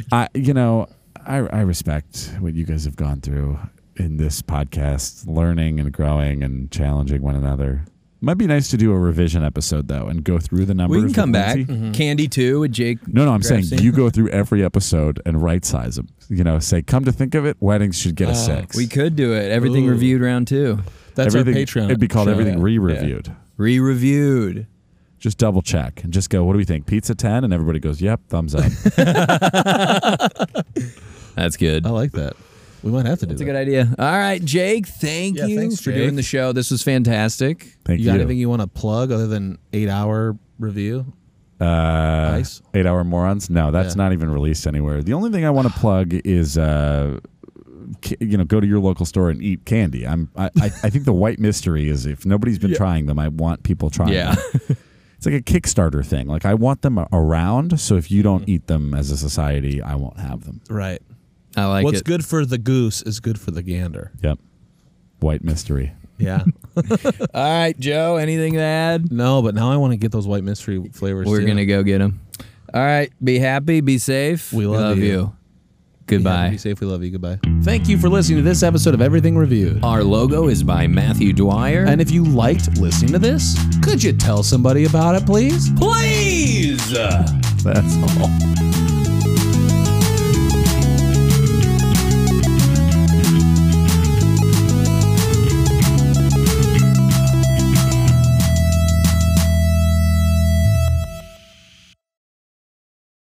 C: I, you know, I, I respect what you guys have gone through in this podcast, learning and growing and challenging one another. Might be nice to do a revision episode though and go through the numbers.
A: we can
C: with
A: come back.
C: Lindsay.
A: Candy too with Jake.
C: No, no, I'm saying
A: Grassy.
C: you go through every episode and right size them. You know, say, come to think of it, weddings should get a six.
A: We could do it. Everything
B: Ooh.
A: reviewed round two.
B: Uh, That's
C: everything,
B: our Patreon.
C: It'd be called
B: show.
C: everything
B: Yeah.
C: re-reviewed.
A: Re reviewed.
C: Just double check and just go. What do we think? Pizza ten, and everybody goes, "Yep, thumbs up."
A: That's good.
B: I like that. We might have to do
A: That's a
B: that.
A: good idea. All right, Jake, thank
B: Yeah,
A: you
B: thanks,
A: for
B: Jake.
A: doing the show. This was fantastic.
B: *laughs*
C: Thank
B: you
C: you.
B: got anything you want to plug other than eight hour review?
C: Uh,
B: Nice.
C: Eight Hour Morons. No, that's
B: Yeah.
C: not even released anywhere. The only thing I want to plug is, uh, ca- you know, go to your local store and eat candy. I'm, I, I, I think the white mystery is if nobody's been trying them, I want people trying.
A: Yeah.
C: them. it's like a Kickstarter thing. Like I want them a- around. So if you don't eat them as a society, I won't have them.
B: Right.
A: I like
B: What's
A: it.
B: good for the goose is good for the gander.
C: Yep. White mystery.
A: *laughs*
B: Yeah.
A: All right, Joe, anything to add?
B: no, but now I want to get those white mystery flavors.
A: We're
B: too.
A: going to go get him. All right. Be happy. Be safe.
B: We love you.
A: Goodbye.
B: Be safe. We love you. Goodbye. Thank you for listening to this episode of Everything Reviewed.
A: Our logo is by Matthew Dwyer.
B: And if you liked listening to this, could you tell somebody about it, please?
A: please.
C: That's all.